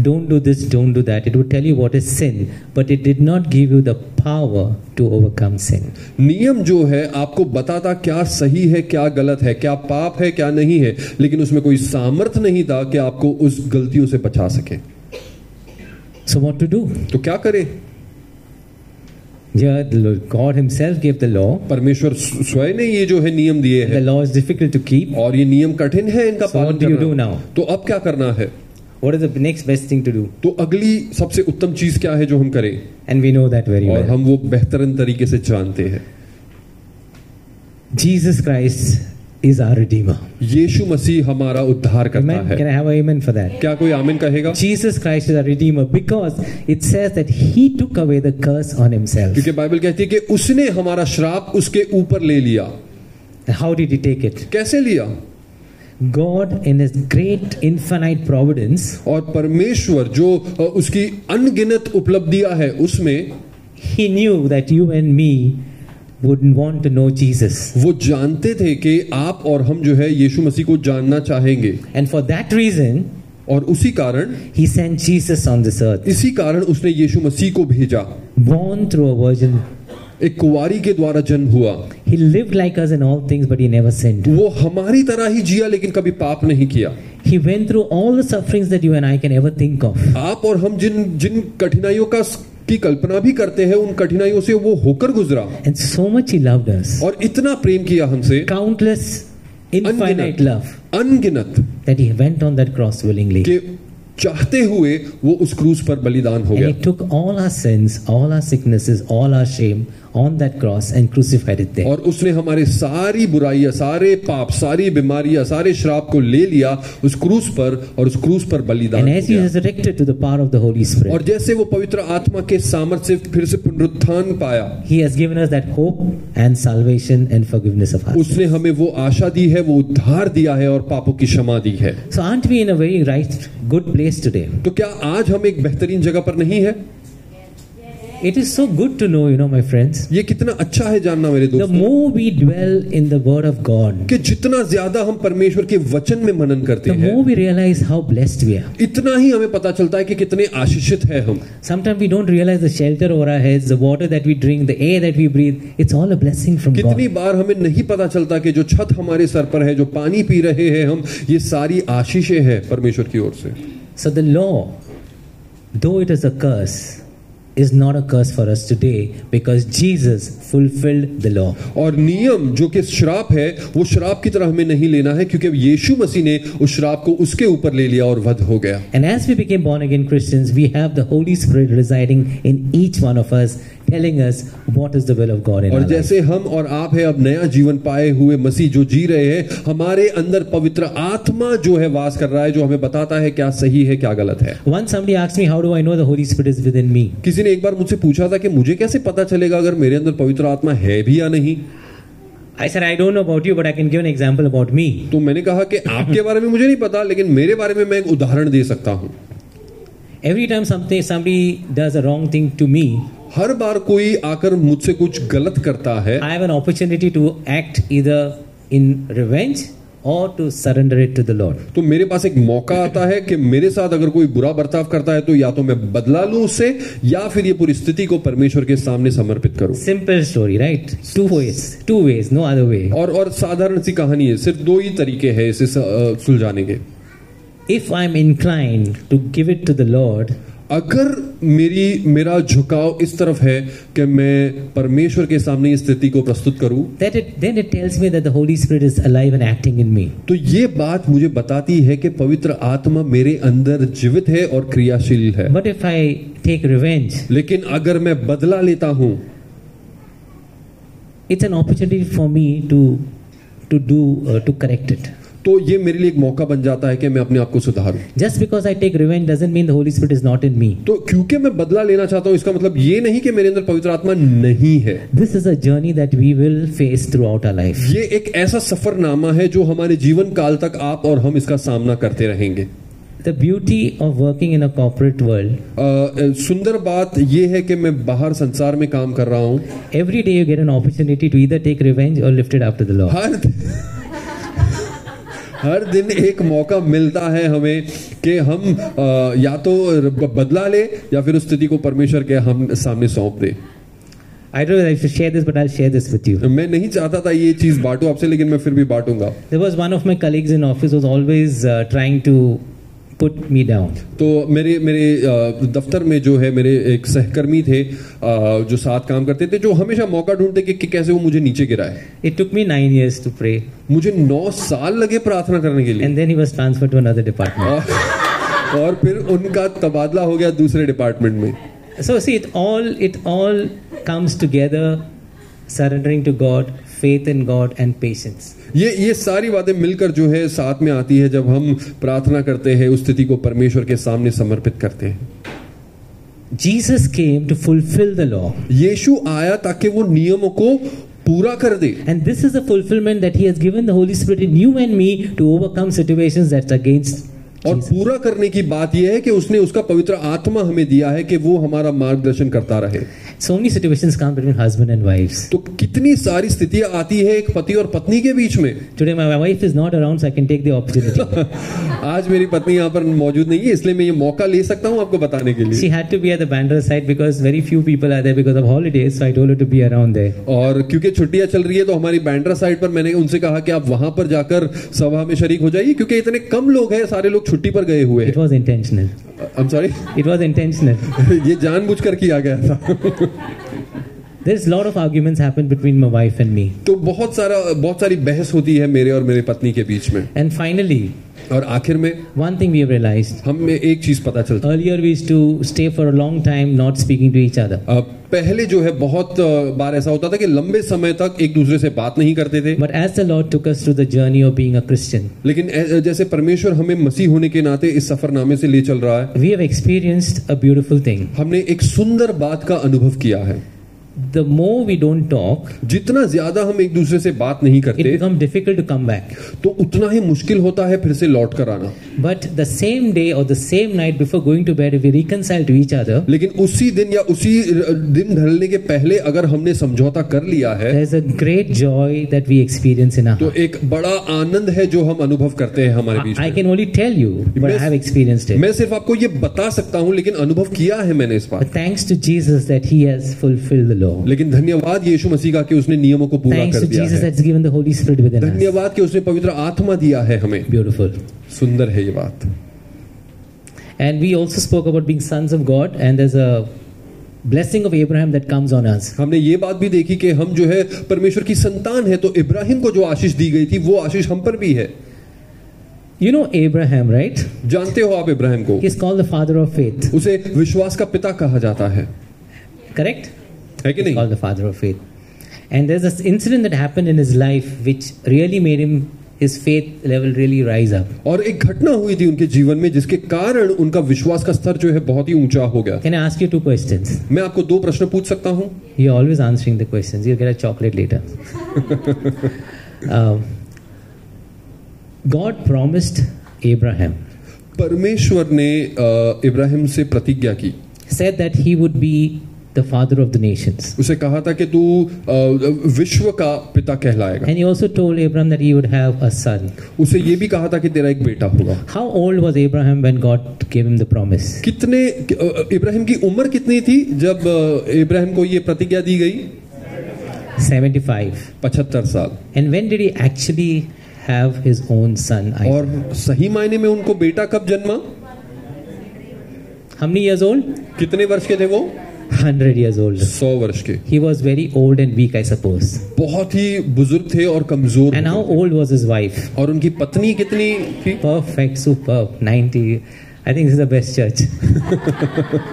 Speaker 1: don't do this, don't do that. It would tell you what is sin, but it did not give you the power to overcome sin.
Speaker 2: नियम जो है आपको बताता क्या सही है क्या गलत है क्या पाप है क्या नहीं है लेकिन उसमें कोई सामर्थ नहीं था कि आपको उस गलतियों से बचा सके
Speaker 1: So, what to do?
Speaker 2: तो क्या करें
Speaker 1: Here, the Lord- God Himself gave the law.
Speaker 2: परमेश्वर स्व- स्वयं ने ये जो है नियम दिए
Speaker 1: The
Speaker 2: हैं
Speaker 1: law is difficult to keep.
Speaker 2: और ये नियम कठिन है इनका
Speaker 1: So
Speaker 2: पालन
Speaker 1: what do you do
Speaker 2: करना
Speaker 1: now?
Speaker 2: तो अब क्या करना है
Speaker 1: What is the next best thing to do?
Speaker 2: तो अगली सबसे उत्तम चीज क्या है जो हम करें
Speaker 1: And we know that very
Speaker 2: और
Speaker 1: well.
Speaker 2: हम वो बेहतरीन तरीके से जानते हैं
Speaker 1: Jesus Christ is our Redeemer.
Speaker 2: यीशु मसीह हमारा उद्धार करता
Speaker 1: Amen. Can
Speaker 2: है
Speaker 1: I have an amen for that?
Speaker 2: क्या कोई आमिन कहेगा
Speaker 1: Jesus Christ is our Redeemer because it says that He took away the curse on Himself.
Speaker 2: क्योंकि बाइबल कहती है कि उसने हमारा श्राप उसके ऊपर ले लिया
Speaker 1: How did He take it?
Speaker 2: कैसे लिया
Speaker 1: God, in His great infinite providence,
Speaker 2: और परमेश्वर जो अ, उसकी अनगिनत उपलब्धियां है उसमें
Speaker 1: He knew that you and me wouldn't want to know Jesus.
Speaker 2: वो जानते थे कि आप और हम जो है यीशु मसीह को जानना चाहेंगे
Speaker 1: And for that reason,
Speaker 2: और उसी कारण
Speaker 1: He sent Jesus on this earth,
Speaker 2: इसी कारण उसने यीशु मसीह को भेजा
Speaker 1: born through a virgin.
Speaker 2: एक कुवारी के द्वारा जन्म हुआ
Speaker 1: He lived like us in all things, but He never sinned.
Speaker 2: वो हमारी तरह ही जिया लेकिन कभी पाप नहीं किया
Speaker 1: He went through all the sufferings that you and I can ever think of.
Speaker 2: आप और हम जिन जिन कठिनाइयों का की कल्पना भी करते हैं उन कठिनाइयों से वो होकर गुजरा
Speaker 1: And so much He loved us.
Speaker 2: और इतना प्रेम किया हमसे
Speaker 1: Countless, infinite
Speaker 2: Unlimited.
Speaker 1: love
Speaker 2: अनगिनत
Speaker 1: that He went on that cross willingly.
Speaker 2: कि चाहते हुए वो उस क्रूज पर बलिदान हो
Speaker 1: And
Speaker 2: गया
Speaker 1: he took all our sins, all our sicknesses, all our shame on that cross and crucified it there.
Speaker 2: और उसने हमारे सारी बुराइयां सारे पाप सारी बीमारियां सारे श्राप को ले लिया उस क्रूज पर और उस क्रूज पर बलिदान
Speaker 1: And
Speaker 2: हो
Speaker 1: as he
Speaker 2: गया।
Speaker 1: resurrected to the power of the Holy Spirit,
Speaker 2: और जैसे वो पवित्र आत्मा के सामर्थ्य से फिर से पुनरुत्थान पाया
Speaker 1: he has given us that hope and salvation and forgiveness of us.
Speaker 2: उसने हमें वो आशा दी है वो उद्धार दिया है और पापों की क्षमा दी है
Speaker 1: So aren't we in a very right, good place today?
Speaker 2: तो क्या आज हम एक बेहतरीन जगह पर नहीं है
Speaker 1: It is so good to know, you know, my friends.
Speaker 2: ये कितना अच्छा है जानना मेरे
Speaker 1: The
Speaker 2: दोस्तों
Speaker 1: more we dwell in the Word of God,
Speaker 2: कि जितना ज्यादा हम परमेश्वर के वचन में मनन करते
Speaker 1: the
Speaker 2: हैं
Speaker 1: more we realize how blessed we are.
Speaker 2: इतना ही हमें पता चलता है कि कितने आशीषित हैं हम
Speaker 1: Sometimes we don't realize the shelter over our heads, the water that we drink, the air that we breathe. It's all a blessing from God.
Speaker 2: कितनी बार हमें नहीं पता चलता कि जो छत हमारे सर पर है जो पानी पी रहे हैं हम ये सारी आशीषें हैं परमेश्वर की ओर से
Speaker 1: So the law, though it is a curse, is not a curse for us today because Jesus fulfilled the law.
Speaker 2: और नियम जो कि श्राप है वो श्राप की तरह हमें नहीं लेना है क्योंकि यीशु मसीह ने उस श्राप को उसके ऊपर ले लिया और वध हो गया
Speaker 1: And as we became born again Christians, we have the Holy Spirit residing in each one of us, telling us what is the will of God in our
Speaker 2: और
Speaker 1: life.
Speaker 2: जैसे हम और आप है अब नया जीवन पाए हुए मसीह जो जी रहे हैं हमारे अंदर पवित्र आत्मा जो है वास कर रहा है जो हमें बताता है क्या सही है क्या गलत है
Speaker 1: Once somebody asked me, How do I know the Holy Spirit is within me?
Speaker 2: किसी ने एक बार मुझसे पूछा था कि मुझे कैसे पता चलेगा अगर मेरे अंदर पवित्र आत्मा है भी या नहीं
Speaker 1: I said, I don't know about you, but I can give an example about me.
Speaker 2: तो मैंने कहा कि आपके बारे में मुझे नहीं पता लेकिन मेरे बारे में मैं एक उदाहरण दे सकता हूँ
Speaker 1: Every time something, somebody does a wrong thing to me,
Speaker 2: हर बार कोई आकर मुझसे कुछ गलत करता है
Speaker 1: I have an opportunity to act either in revenge or to surrender it to the Lord.
Speaker 2: तो मेरे पास एक मौका आता है कि मेरे साथ अगर कोई बुरा बर्ताव करता है तो या तो मैं बदला लूं उससे या फिर ये पूरी स्थिति को परमेश्वर के सामने समर्पित करूं
Speaker 1: Simple story, right? Two ways, two ways, no other way.
Speaker 2: और और साधारण सी कहानी है सिर्फ दो ही तरीके हैं इसे स- अ, सुलझाने के
Speaker 1: If I'm inclined to give it to the Lord,
Speaker 2: अगर मेरी मेरा झुकाव इस तरफ है कि मैं परमेश्वर के सामने इस स्थिति को प्रस्तुत करूं
Speaker 1: that it, then it tells me that the Holy Spirit is alive and acting in me.
Speaker 2: तो ये बात मुझे बताती है कि पवित्र आत्मा मेरे अंदर जीवित है और क्रियाशील है
Speaker 1: But if I take revenge,
Speaker 2: लेकिन अगर मैं बदला लेता हूं
Speaker 1: it's an opportunity for me to to do uh, to correct it.
Speaker 2: तो ये मेरे लिए एक मौका बन जाता है कि मैं अपने आप को सुधारूं
Speaker 1: Just because I take revenge doesn't mean the Holy Spirit is not in me.
Speaker 2: तो क्योंकि मैं बदला लेना चाहता हूं इसका मतलब ये नहीं कि मेरे अंदर पवित्र आत्मा नहीं है
Speaker 1: This is a journey that we will face throughout our life.
Speaker 2: ये एक ऐसा सफरनामा है जो हमारे जीवन काल तक आप और हम इसका सामना करते रहेंगे अ,
Speaker 1: The beauty of working in a corporate world,
Speaker 2: अ, सुंदर बात ये है कि मैं बाहर संसार में काम कर रहा हूं
Speaker 1: every day you get an opportunity to either take revenge or lift it up to the Lord.
Speaker 2: हर हर दिन एक मौका मिलता है हमें कि हम अ, या तो र- बदला ले या फिर उस स्थिति को परमेश्वर के हम सामने सौंप दे
Speaker 1: I don't know if I should share this, but I'll share this with you.
Speaker 2: मैं नहीं चाहता था ये चीज बांटू आपसे लेकिन मैं फिर भी बांटूंगा
Speaker 1: There was one of my colleagues in office was always uh, trying to put me down.
Speaker 2: तो मेरे मेरे अ, दफ्तर में जो है मेरे एक सहकर्मी थे अ, जो साथ काम करते थे जो हमेशा मौका ढूंढते कि, कि कैसे वो मुझे नीचे गिराए
Speaker 1: It took me nine years to pray,
Speaker 2: मुझे नौ साल लगे प्रार्थना करने के लिए
Speaker 1: and then he was transferred to another department.
Speaker 2: हाँ। और, और फिर उनका तबादला हो गया दूसरे डिपार्टमेंट में
Speaker 1: So see, it all it all comes together: surrendering to God, faith in God, and patience.
Speaker 2: ये ये सारी बातें मिलकर जो है साथ में आती है जब हम प्रार्थना करते हैं उस स्थिति को परमेश्वर के सामने समर्पित करते हैं
Speaker 1: Jesus came to fulfill the law,
Speaker 2: यीशु आया ताकि वो नियमों को पूरा कर दे
Speaker 1: and this is the fulfillment that He has given the Holy Spirit in you and me to overcome situations that's against.
Speaker 2: और पूरा करने की बात यह है कि उसने उसका पवित्र आत्मा हमें दिया है कि वो हमारा मार्गदर्शन करता रहे
Speaker 1: So many situations come between husband and wives.
Speaker 2: तो कितनी सारी स्थितियां आती है एक पति और पत्नी के बीच में
Speaker 1: Today my wife is not around, so I can take the opportunity.
Speaker 2: आज मेरी पत्नी यहाँ पर मौजूद नहीं है इसलिए मैं ये मौका ले सकता हूँ आपको बताने के लिए
Speaker 1: She had to be at the Bandra side because very few people are there because of holidays. So I told her to be around there.
Speaker 2: और क्योंकि छुट्टियां चल रही है तो हमारी बैंड्रा साइड पर मैंने उनसे कहा कि आप वहां पर जाकर सभा में शरीक हो जाइए क्योंकि इतने कम लोग हैं सारे लोग छुट्टी पर गए हुए
Speaker 1: It was intentional.
Speaker 2: हैं I am sorry
Speaker 1: It was intentional.
Speaker 2: ये जानबूझकर किया गया था
Speaker 1: There's a lot of arguments happen between my wife and me.
Speaker 2: तो बहुत सारा बहुत सारी बहस होती है मेरे और मेरे पत्नी के बीच में
Speaker 1: And finally,
Speaker 2: और आखिर में
Speaker 1: One thing we have realized
Speaker 2: हमें एक चीज पता चलती
Speaker 1: earlier we used to stay for a long time not speaking to each other.
Speaker 2: अ, पहले जो है बहुत अ, बार ऐसा होता था कि लंबे समय तक एक दूसरे से बात नहीं करते थे
Speaker 1: But as the Lord took us through the journey of being a Christian,
Speaker 2: लेकिन ऐ- जैसे परमेश्वर हमें मसीह होने के नाते इस सफरनामे से ले चल रहा है
Speaker 1: we have experienced a beautiful thing.
Speaker 2: हमने एक सुंदर बात का अनुभव किया है
Speaker 1: The more we don't talk,
Speaker 2: जितना ज्यादा हम एक दूसरे से बात नहीं
Speaker 1: it
Speaker 2: करते
Speaker 1: becomes difficult to come back.
Speaker 2: तो उतना ही मुश्किल होता है फिर से लौट कर आना
Speaker 1: But the same day or the same night before going to bed, if we reconcile to each other,
Speaker 2: लेकिन उसी दिन या उसी अ, दिन ढलने के पहले अगर हमने समझौता कर लिया है
Speaker 1: there's a great joy that we experience in our
Speaker 2: तो
Speaker 1: heart.
Speaker 2: एक बड़ा आनंद है जो हम अनुभव करते हैं हमारे बीच
Speaker 1: I, I
Speaker 2: में
Speaker 1: can only tell you, but I have experienced it.
Speaker 2: मैं सिर्फ आपको ये बता सकता हूँ लेकिन अनुभव किया है मैंने इस
Speaker 1: But
Speaker 2: बात
Speaker 1: thanks to Jesus that He has fulfilled the law.
Speaker 2: लेकिन धन्यवाद यीशु मसीह का कि उसने नियमों को पूरा
Speaker 1: Thanks
Speaker 2: कर
Speaker 1: to
Speaker 2: दिया
Speaker 1: Jesus
Speaker 2: है
Speaker 1: that's given the Holy Spirit within us.
Speaker 2: धन्यवाद कि उसने पवित्र आत्मा दिया है हमें
Speaker 1: Beautiful.
Speaker 2: सुंदर है ये बात
Speaker 1: And we also spoke about being sons of God, and there's a blessing of Abraham that comes on us.
Speaker 2: हमने ये बात भी देखी कि हम जो है परमेश्वर की संतान है तो इब्राहिम को जो आशीष दी गई थी वो आशीष हम पर भी है
Speaker 1: You know Abraham, right?
Speaker 2: जानते हो आप इब्राहिम को
Speaker 1: He's called the father of faith.
Speaker 2: उसे विश्वास का पिता कहा जाता है
Speaker 1: Correct?
Speaker 2: है कि
Speaker 1: He's
Speaker 2: नहीं
Speaker 1: called the father of faith. And there's this incident that happened in his life which really made him his faith level really rise up.
Speaker 2: और एक घटना हुई थी उनके जीवन में जिसके कारण उनका विश्वास का स्तर जो है बहुत ही ऊंचा हो गया
Speaker 1: Can I ask you two questions?
Speaker 2: मैं आपको दो प्रश्न पूछ सकता हूँ
Speaker 1: You're always answering the questions. You'll get a chocolate later. um, God promised Abraham,
Speaker 2: परमेश्वर ने अ, इब्राहिम से प्रतिज्ञा की
Speaker 1: said that he would be the father of the nations.
Speaker 2: उसे कहा था कि तू अ, विश्व का पिता कहलाएगा
Speaker 1: And he also told Abraham that he would have a son.
Speaker 2: उसे ये भी कहा था कि तेरा एक बेटा होगा
Speaker 1: How old was Abraham when God gave him the promise?
Speaker 2: कितने अ, इब्राहिम की उम्र कितनी थी जब अ, इब्राहिम को ये प्रतिज्ञा दी गई
Speaker 1: 75.
Speaker 2: पचहत्तर साल
Speaker 1: And when did he actually have his own son? Isaac?
Speaker 2: और सही मायने में उनको बेटा कब जन्मा
Speaker 1: How many years old?
Speaker 2: कितने वर्ष के थे वो
Speaker 1: 100 years old.
Speaker 2: सौ वर्ष के
Speaker 1: He was very old and weak, I suppose.
Speaker 2: बहुत ही बुजुर्ग थे और कमजोर
Speaker 1: And how
Speaker 2: हो गए
Speaker 1: old was his wife?
Speaker 2: थे। और उनकी पत्नी कितनी थी
Speaker 1: Perfect, superb, 90. I think this is the best church.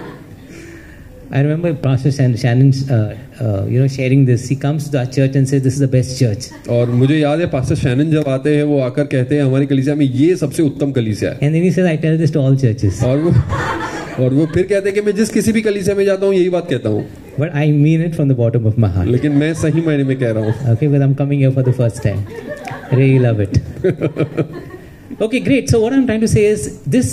Speaker 1: I remember Pastor Shan- Shannon, uh, uh, you know, sharing this. He comes to our church and says, "This is the best church."
Speaker 2: और मुझे याद है pastor Shannon जब आते हैं वो आकर कहते हैं हमारी कलीसिया में ये सबसे उत्तम कलीसिया है
Speaker 1: And then he says, "I tell this to all churches,
Speaker 2: और वो और वो फिर कहते हैं कि मैं जिस किसी भी कलीसिया में जाता हूँ यही बात कहता हूँ
Speaker 1: but I mean it from the bottom of my heart."
Speaker 2: लेकिन मैं सही मायने में कह रहा हूँ
Speaker 1: Okay, but I'm coming here for the first time. Really love it. Okay, great. So what I'm trying to say is this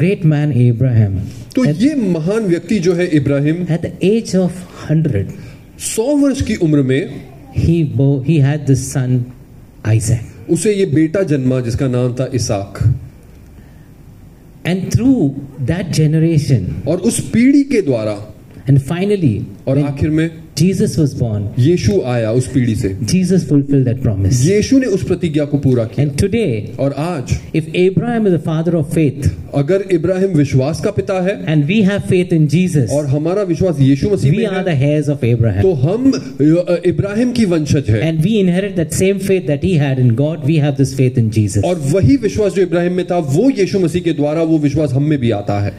Speaker 1: great man Abraham,
Speaker 2: तो ये महान व्यक्ति जो है Ibrahim
Speaker 1: at the age of hundred,
Speaker 2: सौ वर्ष की उम्र में
Speaker 1: he bo- he had this son, Isaac.
Speaker 2: उसे ये बेटा जन्मा जिसका नाम था Isaac
Speaker 1: And through that generation,
Speaker 2: और उस पीढ़ी के द्वारा
Speaker 1: and finally,
Speaker 2: और
Speaker 1: when
Speaker 2: आखिर में
Speaker 1: Jesus was born,
Speaker 2: यीशु आया उस पीढ़ी से
Speaker 1: Jesus fulfilled that promise.
Speaker 2: यीशु ने उस प्रतिज्ञा को पूरा किया
Speaker 1: And today,
Speaker 2: और आज
Speaker 1: if Abraham is the father of faith,
Speaker 2: अगर इब्राहिम विश्वास का पिता है
Speaker 1: and we have faith in Jesus,
Speaker 2: और हमारा विश्वास यीशु मसीह
Speaker 1: we
Speaker 2: में
Speaker 1: are
Speaker 2: है
Speaker 1: the heirs of Abraham.
Speaker 2: तो हम अ, इब्राहिम की वंशज है
Speaker 1: And we inherit that same faith that he had in God, we have this faith in Jesus.
Speaker 2: और वही विश्वास जो इब्राहिम में था वो यीशु मसीह के द्वारा वो विश्वास हम में भी आता है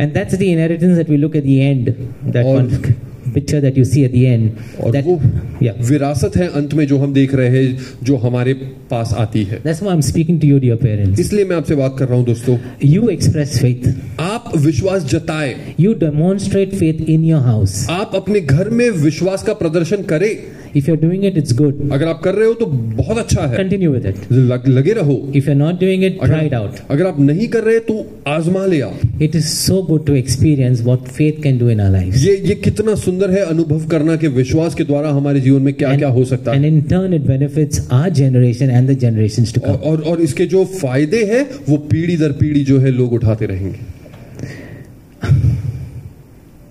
Speaker 1: And that's the inheritance that we look at the end, that
Speaker 2: और-
Speaker 1: one picture that you see at the end.
Speaker 2: और
Speaker 1: That,
Speaker 2: वो
Speaker 1: yeah.
Speaker 2: विरासत है अंत में जो हम देख रहे हैं जो हमारे पास आती है
Speaker 1: That's why I'm speaking to you, dear parents.
Speaker 2: इसलिए मैं आपसे बात कर रहा हूं दोस्तों
Speaker 1: You express faith.
Speaker 2: आप विश्वास जताएं
Speaker 1: You demonstrate faith in your house.
Speaker 2: आप अपने घर में विश्वास का प्रदर्शन करें
Speaker 1: If you're doing it, it's good.
Speaker 2: अगर आप कर रहे हो तो बहुत अच्छा है
Speaker 1: Continue with it.
Speaker 2: लग, लगे रहो
Speaker 1: If you're not doing it, try it out.
Speaker 2: अगर आप नहीं कर रहे तो आजमा ले आप
Speaker 1: It is so good to experience what faith can do in our lives.
Speaker 2: ये ये कितना सुंदर है अनुभव करना कि विश्वास के द्वारा हमारे जीवन में क्या क्या हो सकता
Speaker 1: And
Speaker 2: है
Speaker 1: in turn, it benefits our generation and the generations to
Speaker 2: और,
Speaker 1: come.
Speaker 2: और और इसके जो फायदे हैं वो पीढ़ी दर पीढ़ी जो है लोग उठाते रहेंगे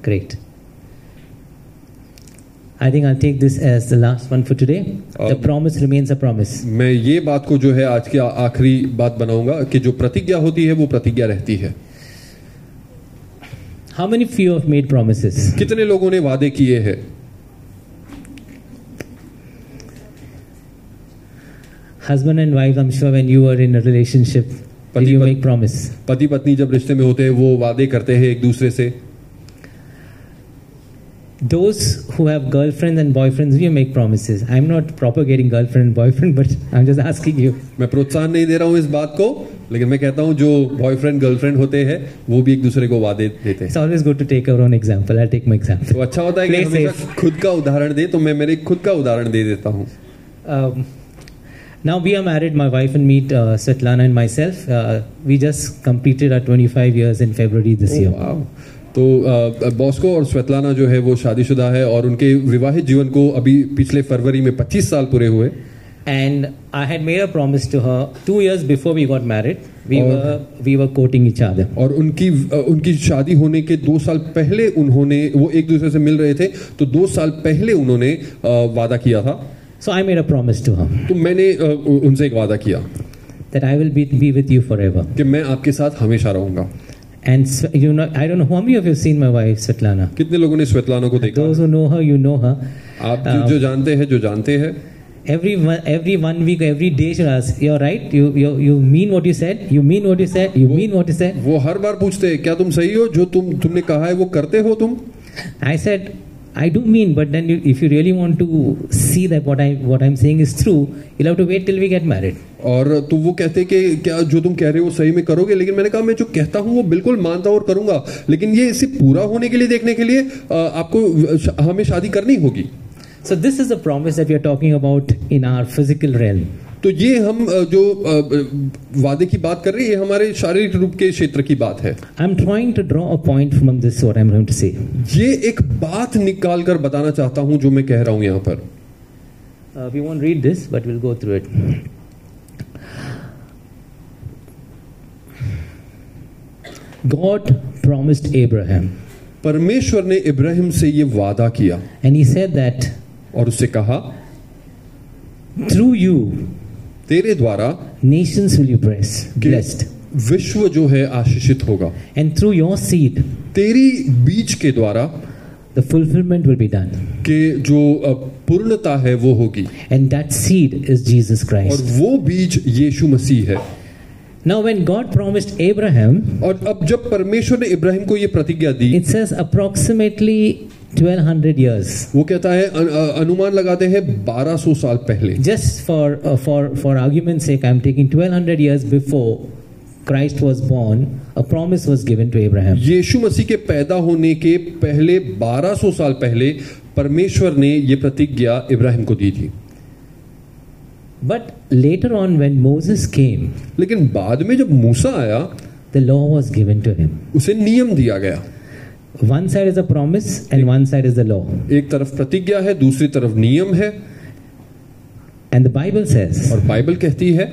Speaker 1: Great. I think I'll take this as the last one for today. The
Speaker 2: Um,
Speaker 1: promise remains a promise.
Speaker 2: मैं ये बात को जो है आज की आ- आखिरी बात बनाऊंगा कि जो प्रतिज्ञा होती है वो प्रतिज्ञा रहती है
Speaker 1: How many of you have made promises?
Speaker 2: कितने लोगों ने वादे किए हैं
Speaker 1: husband and wife, I'm sure when you were in a relationship, did
Speaker 2: Pati-
Speaker 1: you
Speaker 2: pat-
Speaker 1: make promise?
Speaker 2: पति पत्नी जब रिश्ते में होते हैं वो वादे करते हैं एक दूसरे से
Speaker 1: Those who have girlfriends and boyfriends, you make promises. I'm not propagating girlfriend and boyfriend, but I'm just asking you.
Speaker 2: मैं प्रोत्साहन नहीं दे रहा हूँ इस बात को लेकिन मैं कहता हूँ जो बॉयफ्रेंड गर्लफ्रेंड होते हैं वो भी एक दूसरे को वादे देते हैं
Speaker 1: It's always good to take our own example. I'll take my example.
Speaker 2: तो अच्छा होता है कि
Speaker 1: Play
Speaker 2: हमेशा खुद का उदाहरण दे तो मैं मेरे खुद का उदाहरण दे देता हूँ
Speaker 1: Um, now we are married, my wife and me, uh, Svetlana and myself. Uh, we just completed our 25 years in February this
Speaker 2: Oh,
Speaker 1: year.
Speaker 2: wow. तो अ, बॉस्को और स्वेतलाना जो है वो शादीशुदा है और उनके विवाहित जीवन को अभी पिछले फरवरी में 25 साल पूरे हुए
Speaker 1: And I had made a promise to her two years before we got married. We
Speaker 2: Oh.
Speaker 1: were we were courting each other.
Speaker 2: और उनकी अ, उनकी शादी होने के दो साल पहले उन्होंने वो एक दूसरे से मिल रहे थे तो दो साल पहले उन्होंने अ, वादा किया था
Speaker 1: So I made a promise to her
Speaker 2: तो मैंने अ, उ- उनसे एक वादा किया
Speaker 1: that I will be, be with you forever.
Speaker 2: कि मैं आपके साथ हमेशा रहूंगा
Speaker 1: And s you know, I don't know how many of you have seen my wife, Svetlana.
Speaker 2: कितने लोगों ने स्वेतलाना को देखा
Speaker 1: Those who know her, you know her.
Speaker 2: आप जो, जो जानते हैं जो जानते हैं
Speaker 1: Every one, every one week, every day, she asks, "You're right. You, you you mean what you said. You mean what you said. You mean what you said."
Speaker 2: वो हर बार पूछते हैं क्या तुम सही हो जो तुम तुमने कहा है वो करते हो तुम
Speaker 1: I said, I do mean, but then you, if you really want to see that what I what I'm saying is true, you'll have to wait till we get married.
Speaker 2: और तो वो कहते कि क्या जो तुम कह रहे हो सही में करोगे लेकिन मैंने कहा मैं जो कहता हूँ वो बिल्कुल मानता हूं और करूंगा लेकिन ये इसे पूरा होने के लिए देखने के लिए अ, आपको श- हमें शादी करनी होगी
Speaker 1: So this is the promise that we are talking about in our physical realm.
Speaker 2: तो ये हम अ, जो अ, वादे की बात कर रहे हैं ये हमारे शारीरिक रूप के क्षेत्र की बात है
Speaker 1: I'm trying to draw a point from this. What I'm going to say.
Speaker 2: ये एक बात निकाल कर बताना चाहता हूँ जो मैं कह रहा हूँ यहाँ पर
Speaker 1: Uh, we won't read this, but we'll go through it. God promised Abraham,
Speaker 2: परमेश्वर ने इब्राहिम से ये वादा किया
Speaker 1: and he said that
Speaker 2: और उससे कहा
Speaker 1: through you
Speaker 2: तेरे द्वारा
Speaker 1: nations will be blessed,
Speaker 2: कि
Speaker 1: blessed,
Speaker 2: विश्व जो है आशीषित होगा
Speaker 1: and through your seed
Speaker 2: तेरी बीज के द्वारा
Speaker 1: the fulfillment will be done.
Speaker 2: के जो अ, पूर्णता है वो होगी
Speaker 1: And that seed is Jesus
Speaker 2: और
Speaker 1: Christ.
Speaker 2: वो बीज यीशु मसीह है
Speaker 1: Now, when God promised Abraham,
Speaker 2: और अब जब परमेश्वर ने इब्राहिम को ये प्रतिज्ञा दी
Speaker 1: it says approximately 1200 years.
Speaker 2: वो कहता है अ- अ- अनुमान लगाते हैं 1200 साल पहले
Speaker 1: Just for, uh, for, for argument's sake, I'm taking 1200 years before Christ was born, a promise was given to Abraham.
Speaker 2: यीशु मसीह के पैदा होने के पहले 1200 साल पहले परमेश्वर ने ये प्रतिज्ञा इब्राहिम को दी थी
Speaker 1: But later on, when Moses came,
Speaker 2: लेकिन बाद में जब मूसा आया
Speaker 1: the law was given to him.
Speaker 2: उसे नियम दिया गया
Speaker 1: One side is a promise, and one side is the law.
Speaker 2: एक तरफ प्रतिज्ञा है दूसरी तरफ नियम है
Speaker 1: And the Bible says,
Speaker 2: और बाइबल कहती है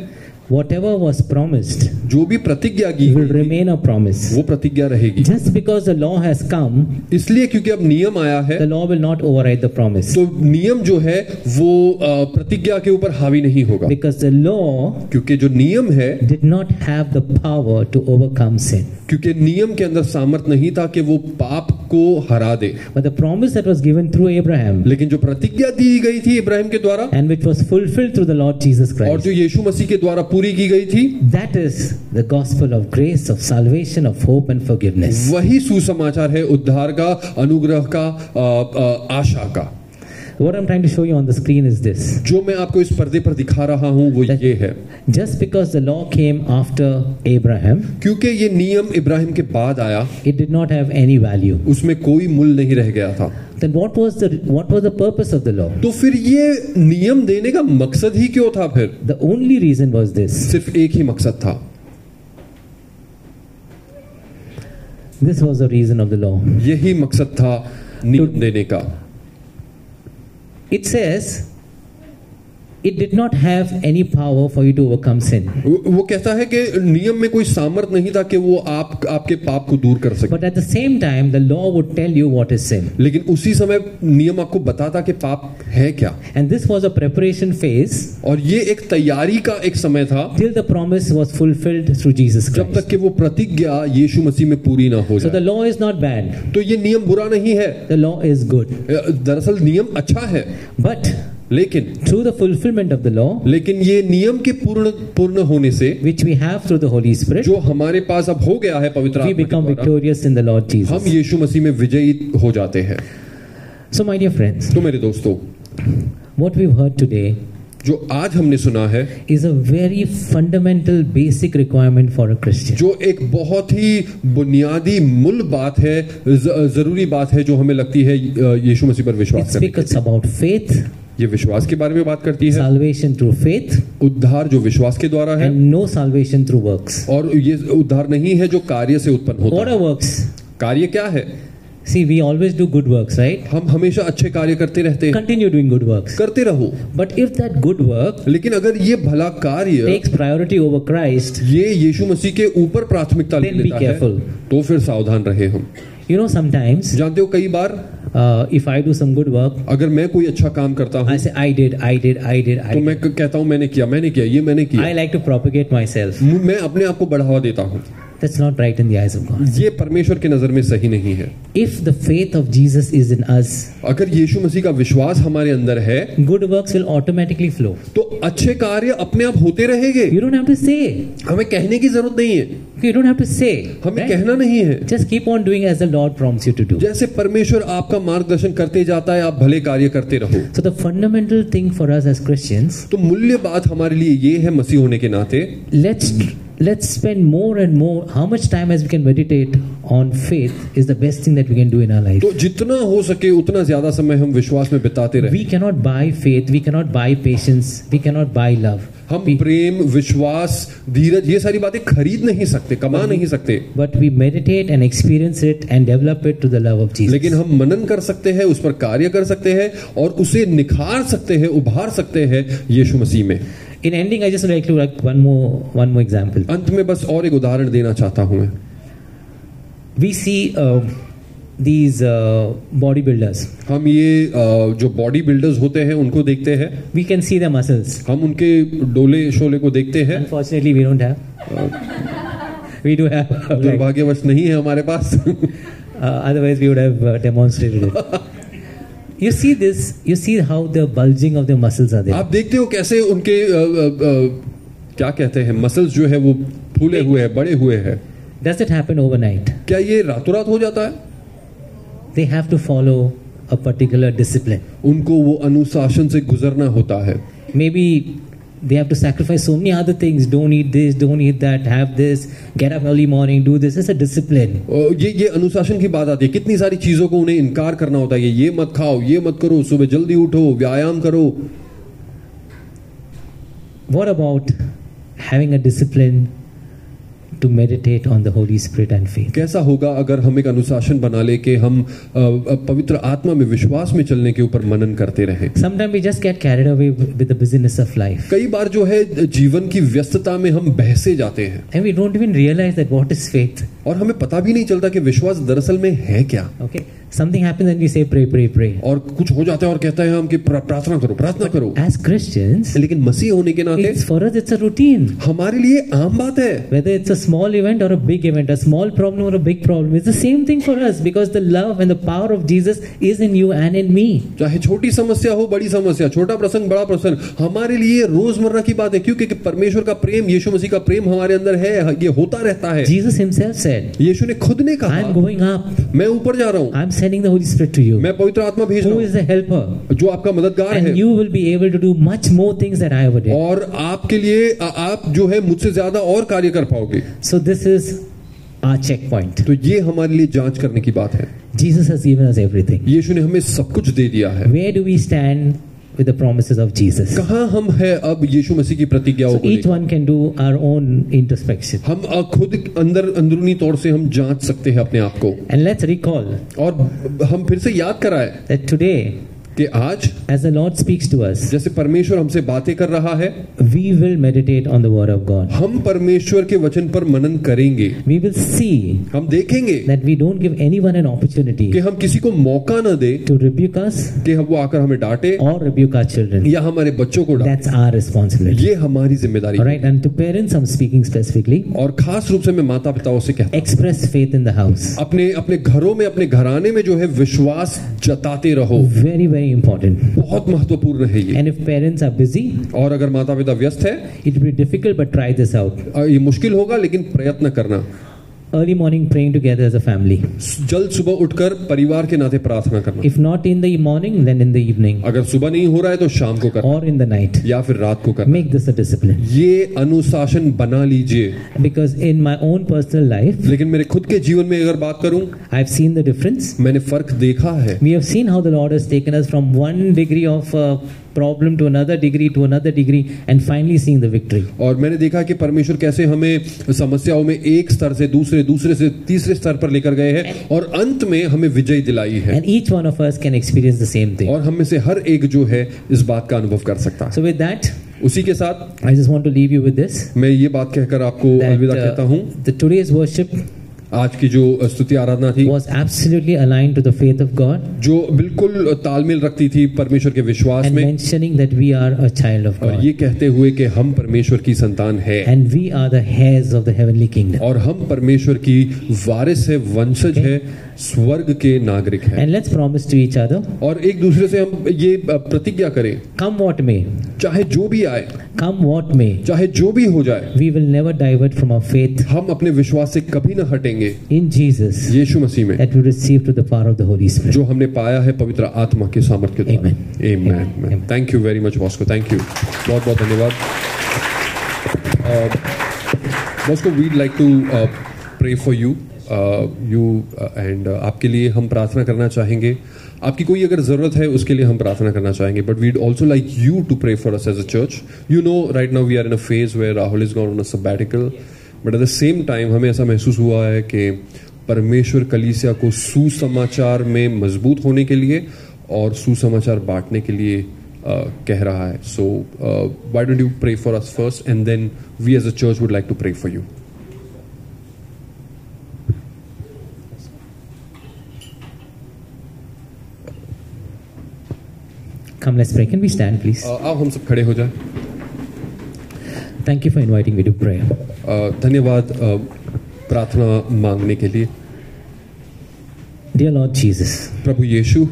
Speaker 1: whatever was promised
Speaker 2: जो भी प्रतिज्ञा की
Speaker 1: will remain a promise.
Speaker 2: वो प्रतिज्ञा रहेगी
Speaker 1: Just because the law has come
Speaker 2: इसलिए क्योंकि अब नियम आया है
Speaker 1: The law will not override the promise
Speaker 2: तो नियम जो है वो अ, प्रतिज्ञा के ऊपर हावी नहीं होगा
Speaker 1: because the law
Speaker 2: क्योंकि जो नियम है
Speaker 1: did not have the power to overcome sin.
Speaker 2: क्योंकि नियम के अंदर सामर्थ नहीं था कि वो पाप को हरा दे
Speaker 1: But the promise that was given through Abraham
Speaker 2: लेकिन जो प्रतिज्ञा दी गई थी इब्राहिम के द्वारा
Speaker 1: and which was fulfilled through the Lord Jesus
Speaker 2: और
Speaker 1: Christ,
Speaker 2: जो यीशु मसीह के द्वारा पूरी की गई थी
Speaker 1: that is the gospel of grace, of salvation, of hope, and forgiveness.
Speaker 2: वही सुसमाचार है उद्धार का अनुग्रह का अ, अ, आशा का
Speaker 1: What I'm trying to show you on the screen is this
Speaker 2: जो मैं आपको इस पर्दे पर दिखा रहा हूं वो ये है
Speaker 1: just because the law came after Abraham,
Speaker 2: क्योंकि ये नियम इब्राहिम के बाद आया
Speaker 1: it did not have any value.
Speaker 2: उसमें कोई मूल नहीं रह गया था
Speaker 1: Then what was the what was the purpose of the law?
Speaker 2: तो फिर ये नियम देने का मकसद ही क्यों था फिर
Speaker 1: The only reason was this.
Speaker 2: सिर्फ एक ही मकसद था
Speaker 1: This was the reason of the law.
Speaker 2: यही मकसद था नियम देने का
Speaker 1: It says, it did not have any power for you to overcome sin.
Speaker 2: वो वो कहता है कि नियम में कोई सामर्थ नहीं था कि वो आप आपके पाप को दूर कर सके
Speaker 1: But at the same time, the law would tell you what is sin.
Speaker 2: लेकिन उसी समय नियम आपको बताता कि पाप है क्या
Speaker 1: And this was a preparation phase
Speaker 2: और ये एक तैयारी का एक समय था
Speaker 1: till the promise was fulfilled through Jesus
Speaker 2: जब
Speaker 1: Christ.
Speaker 2: तक कि वो प्रतिज्ञा यीशु मसीह में पूरी ना हो
Speaker 1: So the
Speaker 2: जाए
Speaker 1: law is not bad,
Speaker 2: तो ये नियम बुरा नहीं है
Speaker 1: the law is good.
Speaker 2: दरअसल नियम अच्छा है
Speaker 1: But
Speaker 2: लेकिन
Speaker 1: through the fulfillment of the law,
Speaker 2: लेकिन ये नियम के पूर्ण पूर्ण होने से
Speaker 1: which we have through the Holy Spirit,
Speaker 2: जो हमारे पास अब हो गया है पवित्र
Speaker 1: we
Speaker 2: आत्मा के
Speaker 1: become
Speaker 2: द्वारा,
Speaker 1: victorious in the Lord
Speaker 2: हम
Speaker 1: Jesus.
Speaker 2: यीशु मसीह में विजयी हो जाते हैं
Speaker 1: So, my dear friends,
Speaker 2: तो मेरे दोस्तों
Speaker 1: what we've heard today
Speaker 2: जो आज हमने सुना है
Speaker 1: is a very fundamental, basic requirement for a Christian.
Speaker 2: जो एक बहुत ही बुनियादी मूल बात है ज- जरूरी बात है जो हमें लगती है अ, यीशु मसीह पर
Speaker 1: It
Speaker 2: विश्वास करने की।
Speaker 1: speaks about faith,
Speaker 2: ये विश्वास के बारे में बात करती है
Speaker 1: salvation through faith,
Speaker 2: उद्धार जो विश्वास के द्वारा है
Speaker 1: and no salvation through works.
Speaker 2: और ये उद्धार नहीं है जो कार्य से उत्पन्न
Speaker 1: What
Speaker 2: होता है
Speaker 1: are works?
Speaker 2: कार्य क्या है
Speaker 1: See, we always do good works, right?
Speaker 2: हम हमेशा अच्छे कार्य करते रहते हैं
Speaker 1: Continue doing good works.
Speaker 2: करते रहो
Speaker 1: But if that good work
Speaker 2: लेकिन अगर ये भला कार्य
Speaker 1: takes priority over Christ,
Speaker 2: ये यीशु मसीह के ऊपर प्राथमिकता ले
Speaker 1: Then be
Speaker 2: लेता
Speaker 1: careful.
Speaker 2: है तो फिर सावधान रहे हम
Speaker 1: you know, sometimes
Speaker 2: जानते हो कई बार
Speaker 1: uh, if I do some good work,
Speaker 2: अगर मैं कोई अच्छा काम करता हूँ
Speaker 1: I say, I did, I did, I did, I
Speaker 2: तो
Speaker 1: did.
Speaker 2: मैं क- कहता हूँ मैंने किया मैंने किया ये मैंने किया
Speaker 1: I like to propagate myself.
Speaker 2: मु- मैं अपने आप को बढ़ावा देता हूँ
Speaker 1: That's not right in the eyes of God.
Speaker 2: ये परमेश्वर के नजर में सही नहीं है
Speaker 1: If the faith of Jesus is in us,
Speaker 2: अगर यीशु मसीह का विश्वास हमारे अंदर है
Speaker 1: good works will automatically flow.
Speaker 2: तो अच्छे कार्य अपने आप होते रहेंगे
Speaker 1: You don't have to say.
Speaker 2: हमें कहने की जरूरत नहीं है
Speaker 1: You don't have to say.
Speaker 2: हमें
Speaker 1: Right?
Speaker 2: कहना नहीं है
Speaker 1: Just keep on doing as the Lord prompts you to do.
Speaker 2: जैसे परमेश्वर आपका मार्गदर्शन करते जाता है आप भले कार्य करते रहो
Speaker 1: So the fundamental thing for us as Christians,
Speaker 2: तो मूल्य बात हमारे लिए ये है मसीह होने के नाते तो
Speaker 1: let's let's spend more and more how much time as we can meditate on faith is the best thing that we can do in our life.
Speaker 2: तो जितना हो सके उतना ज्यादा समय हम विश्वास में बिताते रहे
Speaker 1: We cannot buy faith, we cannot buy patience, we cannot buy love.
Speaker 2: हम प्रेम विश्वास धीरज ये सारी बातें खरीद नहीं सकते कमा नहीं सकते
Speaker 1: But we meditate and experience it and develop it to the love of Jesus.
Speaker 2: लेकिन हम मनन कर सकते हैं उस पर कार्य कर सकते हैं और उसे निखार सकते हैं उभार सकते हैं यीशु मसीह में
Speaker 1: In ending, I just would like to like one more one more example.
Speaker 2: अंत में बस और एक उदाहरण देना चाहता हूं मैं
Speaker 1: We see uh, these uh, bodybuilders.
Speaker 2: हम ये अ, जो बॉडी बिल्डर्स होते हैं उनको देखते हैं
Speaker 1: We can see their muscles.
Speaker 2: हम उनके डोले शोले को देखते हैं
Speaker 1: Unfortunately, we don't have. We do have. like,
Speaker 2: दुर्भाग्यवश नहीं है हमारे पास
Speaker 1: uh, otherwise, we would have uh, demonstrated it. You see this. You see how the bulging of the muscles are there.
Speaker 2: आप देखते हो कैसे उनके अ, अ, अ, क्या कहते हैं मसल्स जो है वो फूले हुए हैं बड़े हुए हैं
Speaker 1: Does it happen overnight?
Speaker 2: क्या ये रातों रात हो जाता है
Speaker 1: They have to follow a particular discipline.
Speaker 2: उनको वो अनुशासन से गुजरना होता है
Speaker 1: maybe they have to sacrifice so many other things don't eat this don't eat that have this get up early morning do this it's a discipline
Speaker 2: अ, ये ये अनुशासन की बात आती है कितनी सारी चीजों को उन्हें इनकार करना होता है ये ये मत खाओ ये मत करो सुबह जल्दी उठो व्यायाम करो
Speaker 1: what about having a discipline to meditate on the holy spirit and faith
Speaker 2: कैसा होगा अगर हम एक अनुशासन बना ले कि हम अ, अ, पवित्र आत्मा में विश्वास में चलने के ऊपर मनन करते रहें
Speaker 1: sometimes we just get carried away with the busyness of life
Speaker 2: कई बार जो है जीवन की व्यस्तता में हम बहसे जाते हैं
Speaker 1: and we don't even realize that what is faith
Speaker 2: और हमें पता भी नहीं चलता कि विश्वास दरअसल में है क्या
Speaker 1: okay something happens and we say pray pray pray
Speaker 2: और कुछ हो जाता है और कहता है हम कि प्रा- प्रार्थना करो प्रार्थना करो
Speaker 1: as christians
Speaker 2: लेकिन मसीह होने के नाते
Speaker 1: it's for us it's a routine
Speaker 2: हमारे लिए आम बात है
Speaker 1: whether it's a small event or a big event, a small problem or a big problem, it's the same thing for us because the love and the power of Jesus is in you and in me.
Speaker 2: चाहे छोटी समस्या हो बड़ी समस्या छोटा प्रसंग बड़ा प्रसंग हमारे लिए रोजमर्रा की बात है क्यों? क्योंकि परमेश्वर का प्रेम यीशु मसीह का प्रेम हमारे अंदर है ये होता रहता है
Speaker 1: Jesus himself said,
Speaker 2: यीशु ने खुद ने
Speaker 1: I'm
Speaker 2: कहा
Speaker 1: going up,
Speaker 2: मैं ऊपर जा रहा हूँ
Speaker 1: I'm sending the Holy Spirit to you,
Speaker 2: मैं पवित्र आत्मा भेज
Speaker 1: who
Speaker 2: रहा
Speaker 1: is the helper,
Speaker 2: हूँ जो आपका मददगार
Speaker 1: and
Speaker 2: है
Speaker 1: you will be able to do much more things than I ever did.
Speaker 2: और आपके लिए आ- आप जो है मुझसे ज्यादा और कार्य कर पाओगे
Speaker 1: So, this is our checkpoint.
Speaker 2: तो ये हमारे लिए जांच करने की बात है
Speaker 1: Jesus has given us everything.
Speaker 2: यीशु ने हमें सब कुछ दे दिया है
Speaker 1: Where do we stand with the promises of Jesus?
Speaker 2: कहाँ हम हैं अब यीशु मसीह की प्रतिज्ञाओं
Speaker 1: So,
Speaker 2: को
Speaker 1: each
Speaker 2: लेकर?
Speaker 1: one can do our own introspection.
Speaker 2: हम अ, खुद अंदर अंदरूनी तौर से हम जांच सकते हैं अपने आप को
Speaker 1: And let's recall
Speaker 2: और हम फिर से याद कराए
Speaker 1: that today,
Speaker 2: कि आज
Speaker 1: as the Lord speaks to us,
Speaker 2: जैसे परमेश्वर हमसे बातें कर रहा है
Speaker 1: we will meditate on the word of god
Speaker 2: हम परमेश्वर के वचन पर मनन करेंगे
Speaker 1: we will see
Speaker 2: हम देखेंगे
Speaker 1: that we don't give anyone an
Speaker 2: कि
Speaker 1: opportunity
Speaker 2: हम किसी को मौका ना दे
Speaker 1: to rebuke us
Speaker 2: कि हम वो आकर हमें डांटे
Speaker 1: or rebuke our children
Speaker 2: या हमारे बच्चों को डांटे
Speaker 1: that's our responsibility
Speaker 2: ये हमारी जिम्मेदारी
Speaker 1: all
Speaker 2: है
Speaker 1: right and to parents i'm speaking specifically
Speaker 2: और खास रूप से मैं माता पिताओं से कहता
Speaker 1: express faith in the house
Speaker 2: अपने अपने घरों में अपने घराने में जो है विश्वास जताते रहो
Speaker 1: very very very important.
Speaker 2: बहुत महत्वपूर्ण है ये
Speaker 1: And if parents are busy,
Speaker 2: और अगर माता पिता व्यस्त है
Speaker 1: it will be difficult, but try this out.
Speaker 2: अ, ये मुश्किल होगा लेकिन प्रयत्न करना
Speaker 1: Early morning praying together as a family.
Speaker 2: जल्द सुबह उठकर परिवार के नाते प्रार्थना करना
Speaker 1: If not in the morning, then in the evening
Speaker 2: अगर सुबह नहीं हो रहा है तो शाम को करना
Speaker 1: or in the night.
Speaker 2: या फिर रात को करना
Speaker 1: Make this a discipline.
Speaker 2: ये अनुशासन बना लीजिए
Speaker 1: Because in my own personal life,
Speaker 2: लेकिन मेरे खुद के जीवन में अगर बात करूं
Speaker 1: I've seen the difference.
Speaker 2: मैंने फर्क देखा है
Speaker 1: We have seen how the Lord has taken us from one degree of uh, problem to another degree to another degree and finally seeing the victory.
Speaker 2: और मैंने देखा कि परमेश्वर कैसे हमें समस्याओं में एक स्तर से दूसरे दूसरे से तीसरे स्तर पर लेकर गए हैं और अंत में हमें विजय दिलाई है
Speaker 1: And each one of us can experience the same thing.
Speaker 2: और हम में से हर एक जो है इस बात का अनुभव कर सकता है
Speaker 1: So, with that,
Speaker 2: उसी के साथ
Speaker 1: I just want to leave you with this.
Speaker 2: मैं ये बात कहकर आपको
Speaker 1: that,
Speaker 2: अलविदा
Speaker 1: uh,
Speaker 2: कहता हूँ
Speaker 1: the today's worship
Speaker 2: आज की जो स्तुति आराधना थी
Speaker 1: was absolutely aligned to the faith of God
Speaker 2: जो बिल्कुल तालमेल रखती थी परमेश्वर के विश्वास
Speaker 1: and
Speaker 2: में
Speaker 1: mentioning that we are a child of
Speaker 2: और
Speaker 1: God
Speaker 2: ये कहते हुए कि हम परमेश्वर की संतान है
Speaker 1: and we are the heirs of the heavenly kingdom.
Speaker 2: और हम परमेश्वर की वारिस है वंशज है स्वर्ग के नागरिक है
Speaker 1: And let's promise to each other,
Speaker 2: और एक दूसरे से हम ये प्रतिज्ञा करें
Speaker 1: come what may,
Speaker 2: चाहे जो भी आए
Speaker 1: come what may,
Speaker 2: चाहे जो भी हो जाए
Speaker 1: we will never divert from our faith
Speaker 2: हम अपने विश्वास से कभी ना हटेंगे
Speaker 1: in Jesus
Speaker 2: यीशु मसीह में
Speaker 1: that we receive to the power of the Holy Spirit.
Speaker 2: जो हमने पाया है पवित्र आत्मा के सामर्थ्य के द्वारा
Speaker 1: Amen.
Speaker 2: Amen thank you very much Bosco thank you बहुत बहुत धन्यवाद Bosco we'd like to pray for you you and uh, आपके लिए हम प्रार्थना करना चाहेंगे आपकी कोई अगर ज़रूरत है उसके लिए हम प्रार्थना करना चाहेंगे but we'd also like you to pray for us as a church you know right now we are in a phase where Rahul is gone on a sabbatical but at the same time हमें ऐसा महसूस हुआ है कि परमेश्वर कलीसिया को सुसमाचार में मजबूत होने के लिए और सुसमाचार बांटने के लिए uh, कह रहा है so why don't you pray for us first and then we as a church would like to pray for you
Speaker 1: Come, let's pray. Can we stand, please?
Speaker 2: आओ हम सब खड़े हो जाए
Speaker 1: Thank you for inviting me to prayer.
Speaker 2: धन्यवाद uh, प्रार्थना मांगने के लिए
Speaker 1: Dear Lord Jesus,
Speaker 2: Prabhu Yeshu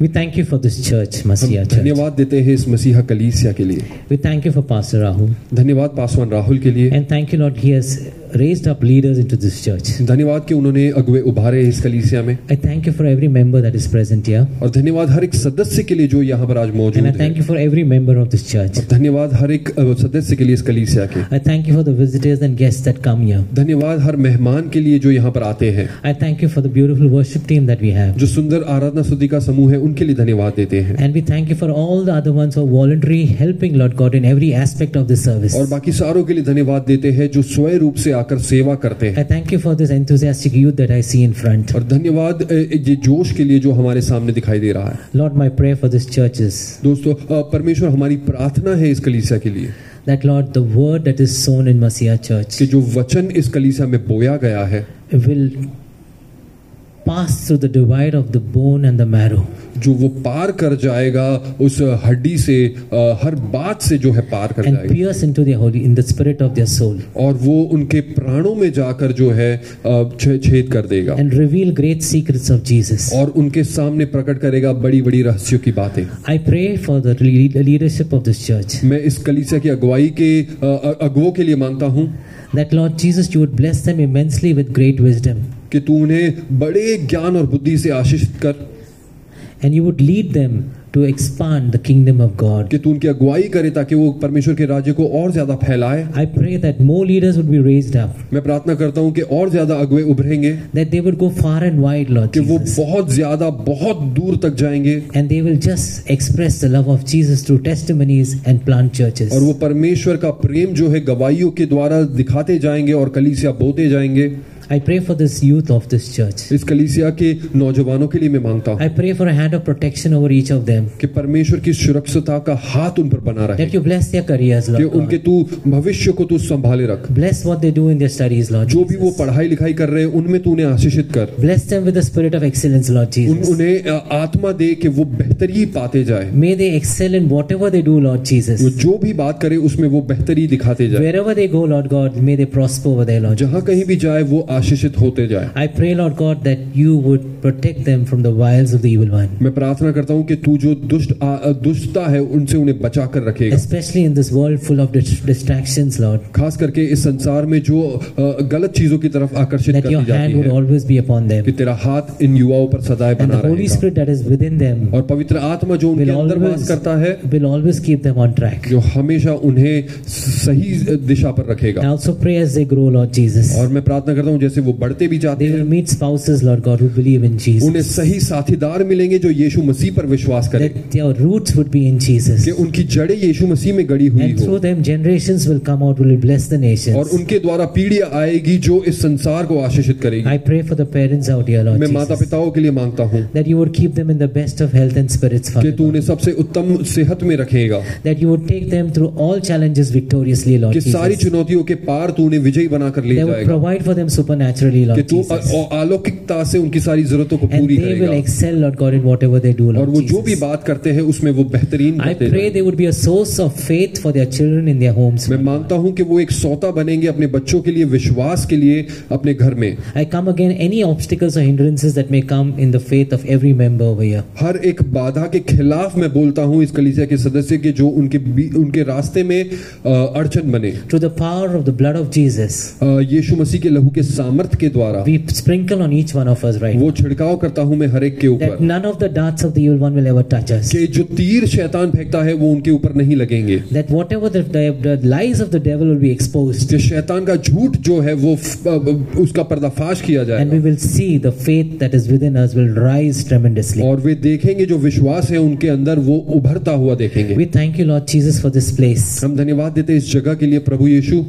Speaker 1: we thank you for this church,
Speaker 2: हम
Speaker 1: Messiah Church.
Speaker 2: धन्यवाद देते हैं इस मसीहा कलीसिया के लिए
Speaker 1: We thank you for Pastor Rahul.
Speaker 2: धन्यवाद पासवान राहुल के लिए
Speaker 1: And thank you, Lord, he has raised up leaders into this church.
Speaker 2: धन्यवाद कि उन्होंने अगुए उभारे इस कलीसिया में
Speaker 1: I thank you for every member that is present here.
Speaker 2: और धन्यवाद हर एक सदस्य के लिए जो यहाँ पर आज मौजूद
Speaker 1: And I
Speaker 2: है
Speaker 1: thank you for every member of this church.
Speaker 2: और धन्यवाद हर एक अ, सदस्य के लिए इस कलीसिया के
Speaker 1: I thank you for the visitors and guests that come here.
Speaker 2: धन्यवाद हर मेहमान के लिए जो यहाँ पर आते हैं
Speaker 1: I thank you for the beautiful worship team that we have.
Speaker 2: जो सुंदर आराधना स्तुति का समूह है उनके लिए धन्यवाद देते हैं
Speaker 1: And we thank you for all the other ones who are voluntary helping, Lord God, in every aspect of this service.
Speaker 2: और बाकी सारों के लिए धन्यवाद देते हैं जो स्वयं रूप से आकर सेवा करते हैं
Speaker 1: I thank you for this enthusiastic youth that I see in front.
Speaker 2: और धन्यवाद अ, ये जोश के लिए जो हमारे सामने दिखाई दे रहा है
Speaker 1: Lord, my prayer for this church is
Speaker 2: दोस्तों अ, परमेश्वर हमारी प्रार्थना है इस कलीसिया के लिए
Speaker 1: that, Lord, the word that is sown in Messiah Church
Speaker 2: कि जो वचन इस कलीसिया में बोया गया है
Speaker 1: will pass through the divide of the bone and the marrow.
Speaker 2: जो वो पार कर जाएगा उस हड्डी से अ, हर बात से जो है पार कर
Speaker 1: and
Speaker 2: जाएगा
Speaker 1: pierce into their holy in the spirit of their soul
Speaker 2: और वो उनके प्राणों में जाकर जो है अ, छे- छेद कर देगा
Speaker 1: and reveal great secrets of Jesus.
Speaker 2: और उनके सामने प्रकट करेगा बड़ी बड़ी रहस्यों की बातें
Speaker 1: I pray for the lead- leadership of this church
Speaker 2: मैं इस कलीसिया की अगुवाई के अ, अ, अगुवों के लिए मांगता हूँ
Speaker 1: that Lord Jesus, you would bless them immensely with great wisdom
Speaker 2: कि तू उन्हें बड़े ज्ञान और बुद्धि से आशीषित कर
Speaker 1: and you would lead them to expand the kingdom of God.
Speaker 2: कि तू उनकी अगुवाई करे ताकि वो परमेश्वर के राज्य को और ज्यादा फैलाए
Speaker 1: I pray that more leaders would be raised up,
Speaker 2: मैं प्रार्थना करता हूँ कि और ज्यादा अगुवे उभरेंगे
Speaker 1: that they would go far and wide, Lord
Speaker 2: कि वो
Speaker 1: Jesus,
Speaker 2: बहुत ज्यादा बहुत दूर तक जाएंगे
Speaker 1: and they will just express the love of Jesus through testimonies and plant churches.
Speaker 2: और वो परमेश्वर का प्रेम जो है गवाइयों के द्वारा दिखाते जाएंगे और कलीसिया बोते जाएंगे
Speaker 1: I pray for this youth of this church.
Speaker 2: इस कलीसिया के नौजवानों के लिए मैं मांगता हूँ
Speaker 1: I pray for a hand of protection over each of them.
Speaker 2: कि परमेश्वर की सुरक्षता का हाथ उन पर बना रहे
Speaker 1: That you bless their careers,
Speaker 2: कि
Speaker 1: Lord. God.
Speaker 2: उनके तू भविष्य को तू संभाले रख
Speaker 1: Bless what they do in their studies, Lord.
Speaker 2: जो भी वो
Speaker 1: Jesus.
Speaker 2: पढ़ाई लिखाई कर रहे हैं उनमें तू उन्हें आशीषित कर
Speaker 1: Bless them with the spirit of excellence, Lord
Speaker 2: उन
Speaker 1: Jesus.
Speaker 2: उन्हें अ, आत्मा दे कि वो बेहतरी पाते जाए
Speaker 1: May they excel in whatever they do, Lord
Speaker 2: वो
Speaker 1: Jesus.
Speaker 2: जो भी बात करे उसमें वो बेहतरी दिखाते जाए
Speaker 1: Wherever they go, Lord God, may they prosper over there, Lord.
Speaker 2: जहां कहीं भी जाए वो आशीषित होते जाए
Speaker 1: I pray, Lord God, that you would protect them from the wiles of the evil one,
Speaker 2: मैं प्रार्थना करता हूँ कि तू जो दुष्ट आ, दुष्टता है उनसे उन्हें बचा कर रखेगा
Speaker 1: especially in this world full of dis- distractions, Lord.
Speaker 2: खास करके इस संसार में जो अ, गलत चीजों की तरफ आकर्षित
Speaker 1: That
Speaker 2: कर दी
Speaker 1: your hand
Speaker 2: जाती
Speaker 1: would
Speaker 2: है
Speaker 1: always be upon
Speaker 2: कि
Speaker 1: them,
Speaker 2: तेरा हाथ इन युवाओं पर सदाए
Speaker 1: and
Speaker 2: बना
Speaker 1: the Holy
Speaker 2: रहेगा
Speaker 1: Spirit that is within them
Speaker 2: और पवित्र आत्मा जो उनके
Speaker 1: will
Speaker 2: अंदर वास
Speaker 1: always
Speaker 2: करता है
Speaker 1: will always keep them on track.
Speaker 2: जो हमेशा उन्हें सही दिशा पर
Speaker 1: And
Speaker 2: रखेगा
Speaker 1: also pray as they grow, Lord Jesus.
Speaker 2: और मैं प्रार्थना करता हूँ जैसे वो बढ़ते भी जाते
Speaker 1: They will
Speaker 2: हैं
Speaker 1: meet spouses, Lord God, who believe in
Speaker 2: उन्हें
Speaker 1: Jesus.
Speaker 2: सही साथीदार मिलेंगे जो यीशु मसीह पर विश्वास करें
Speaker 1: That their roots would be in Jesus.
Speaker 2: कि उनकी जड़ें यीशु मसीह में गड़ी हुई
Speaker 1: And
Speaker 2: हो
Speaker 1: through them, generations will come out, will bless the
Speaker 2: और
Speaker 1: nations.
Speaker 2: उनके द्वारा पीढ़ी आएगी जो इस संसार को आशीषित करेगी
Speaker 1: I pray for the parents out here, Lord
Speaker 2: मैं माता
Speaker 1: हाँ, Jesus.
Speaker 2: पिताओं के लिए मांगता हूँ
Speaker 1: That you would keep them in the best of health and spirits,
Speaker 2: कि
Speaker 1: Father.
Speaker 2: तू उन्हें सबसे उत्तम सेहत में रखेगा
Speaker 1: That you would take them through all challenges victoriously, Lord
Speaker 2: कि सारी
Speaker 1: Jesus.
Speaker 2: चुनौतियों के पार तू उन्हें विजयी बनाकर ले
Speaker 1: They would
Speaker 2: जाएगा
Speaker 1: provide for them supernaturally,
Speaker 2: कि
Speaker 1: Lord
Speaker 2: तू अ-
Speaker 1: Jesus.
Speaker 2: अ- अलौकिकता से उनकी सारी जरूरतों को
Speaker 1: And
Speaker 2: पूरी
Speaker 1: they will
Speaker 2: करेगा
Speaker 1: excel, Lord God, in whatever they do,
Speaker 2: और
Speaker 1: Lord
Speaker 2: वो जो भी
Speaker 1: Jesus.
Speaker 2: बात करते हैं उसमें वो बेहतरीन
Speaker 1: I
Speaker 2: करते
Speaker 1: pray
Speaker 2: हैं
Speaker 1: they would be a source of faith for their children in their homes.
Speaker 2: मैं मानता हूँ कि वो एक सौता बनेंगे अपने बच्चों के लिए विश्वास के लिए अपने घर में
Speaker 1: I come again any obstacles or hindrances that may come in the faith of every member over here.
Speaker 2: हर एक बाधा के खिलाफ मैं बोलता हूँ इस कलीसिया के सदस्य के जो उनके बी- उनके रास्ते में अ, अड़चन बने
Speaker 1: Through the power of the blood of Jesus,
Speaker 2: अ, यीशु मसीह के लहू के सामर्थ्य के द्वारा
Speaker 1: we sprinkle on each one of us right now
Speaker 2: वो छिड़काव करता हूँ मैं हर एक के
Speaker 1: that
Speaker 2: ऊपर
Speaker 1: none of the darts of the evil one will ever touch us.
Speaker 2: कि जो तीर शैतान फेंकता है वो उनके ऊपर नहीं लगेंगे
Speaker 1: That whatever the, the, the lies of the devil will be exposed,
Speaker 2: कि शैतान का झूठ जो है वो फ- उसका पर्दाफाश किया
Speaker 1: and we
Speaker 2: जाएगा
Speaker 1: will see the faith that is within us will rise tremendously.
Speaker 2: और वे देखेंगे जो विश्वास है उनके अंदर वो उभरता हुआ देखेंगे
Speaker 1: We thank you, Lord Jesus, for this place.
Speaker 2: हम धन्यवाद देते हैं इस जगह के लिए प्रभु यीशु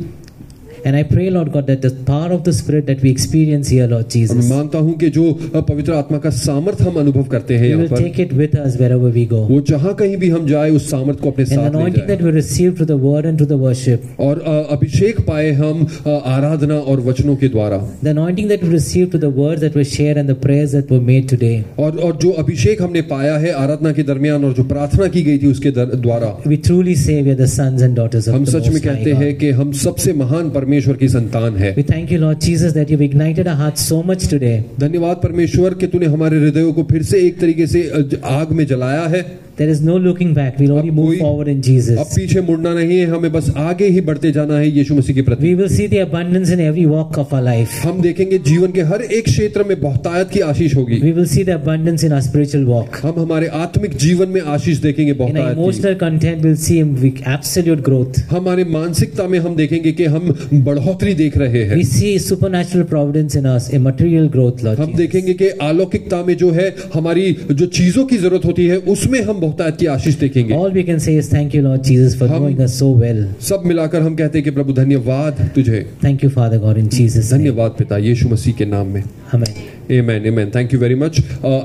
Speaker 1: And I pray, Lord God, that the power of the Spirit that we experience here, Lord
Speaker 2: और मैं
Speaker 1: Jesus,
Speaker 2: मानता हूँ कि जो पवित्र आत्मा का सामर्थ हम अनुभव करते हैं
Speaker 1: we
Speaker 2: यहाँ
Speaker 1: will
Speaker 2: पर
Speaker 1: take it with us wherever we go.
Speaker 2: वो जहाँ कहीं भी हम जाए उस सामर्थ को अपने
Speaker 1: And the
Speaker 2: साथ ले
Speaker 1: anointing
Speaker 2: जाए
Speaker 1: that we receive through the word and through the worship,
Speaker 2: और अ, अभिषेक पाए हम अ, आराधना और वचनों के द्वारा
Speaker 1: The anointing that we received to the words that were shared and the prayers that were made today.
Speaker 2: और और जो अभिषेक हमने पाया है आराधना के दरमियान और जो प्रार्थना की गई थी उसके दर- द्वारा
Speaker 1: We truly say we are the sons and daughters of
Speaker 2: हम
Speaker 1: the
Speaker 2: सच में
Speaker 1: Most High
Speaker 2: कहते
Speaker 1: God.
Speaker 2: हैं कि हम सबसे महान परमेश्वर की संतान है
Speaker 1: We thank you, Lord Jesus, that you've ignited our hearts so much today
Speaker 2: धन्यवाद परमेश्वर कि तूने हमारे हृदयों को फिर से एक तरीके से अ, ज- आग में जलाया है
Speaker 1: there is no looking back. We'll only
Speaker 2: अब
Speaker 1: move
Speaker 2: कोई-
Speaker 1: forward in
Speaker 2: अब
Speaker 1: Jesus.
Speaker 2: पीछे मुड़ना नहीं है हमें बस आगे ही बढ़ते जाना है यीशु मसीह के प्रति
Speaker 1: We will see the abundance in every walk of our life.
Speaker 2: हम देखेंगे जीवन के हर एक क्षेत्र में बहुतायत की आशीष होगी
Speaker 1: We will see the abundance in our spiritual walk.
Speaker 2: हम हमारे आत्मिक जीवन में आशीष देखेंगे
Speaker 1: In our
Speaker 2: बहुतायत की
Speaker 1: emotional content, we'll see we- absolute growth.
Speaker 2: हमारे मानसिकता में हम देखेंगे कि हम बढ़ोतरी देख रहे हैं
Speaker 1: We see supernatural providence in us, a material growth, Lord
Speaker 2: हम
Speaker 1: Jesus.
Speaker 2: देखेंगे कि अलौकिकता में जो है हमारी जो चीजों की जरूरत होती है उसमें हम बहुतायत की आशीष देखेंगे
Speaker 1: All we can say is thank you, Lord Jesus, for
Speaker 2: हम-
Speaker 1: knowing us so well.
Speaker 2: सब मिलाकर हम कहते हैं कि प्रभु धन्यवाद तुझे
Speaker 1: Thank you, Father God, in Jesus' name.
Speaker 2: धन्यवाद पिता यीशु मसीह के नाम में
Speaker 1: Amen. Uh,
Speaker 2: amen amen thank you very much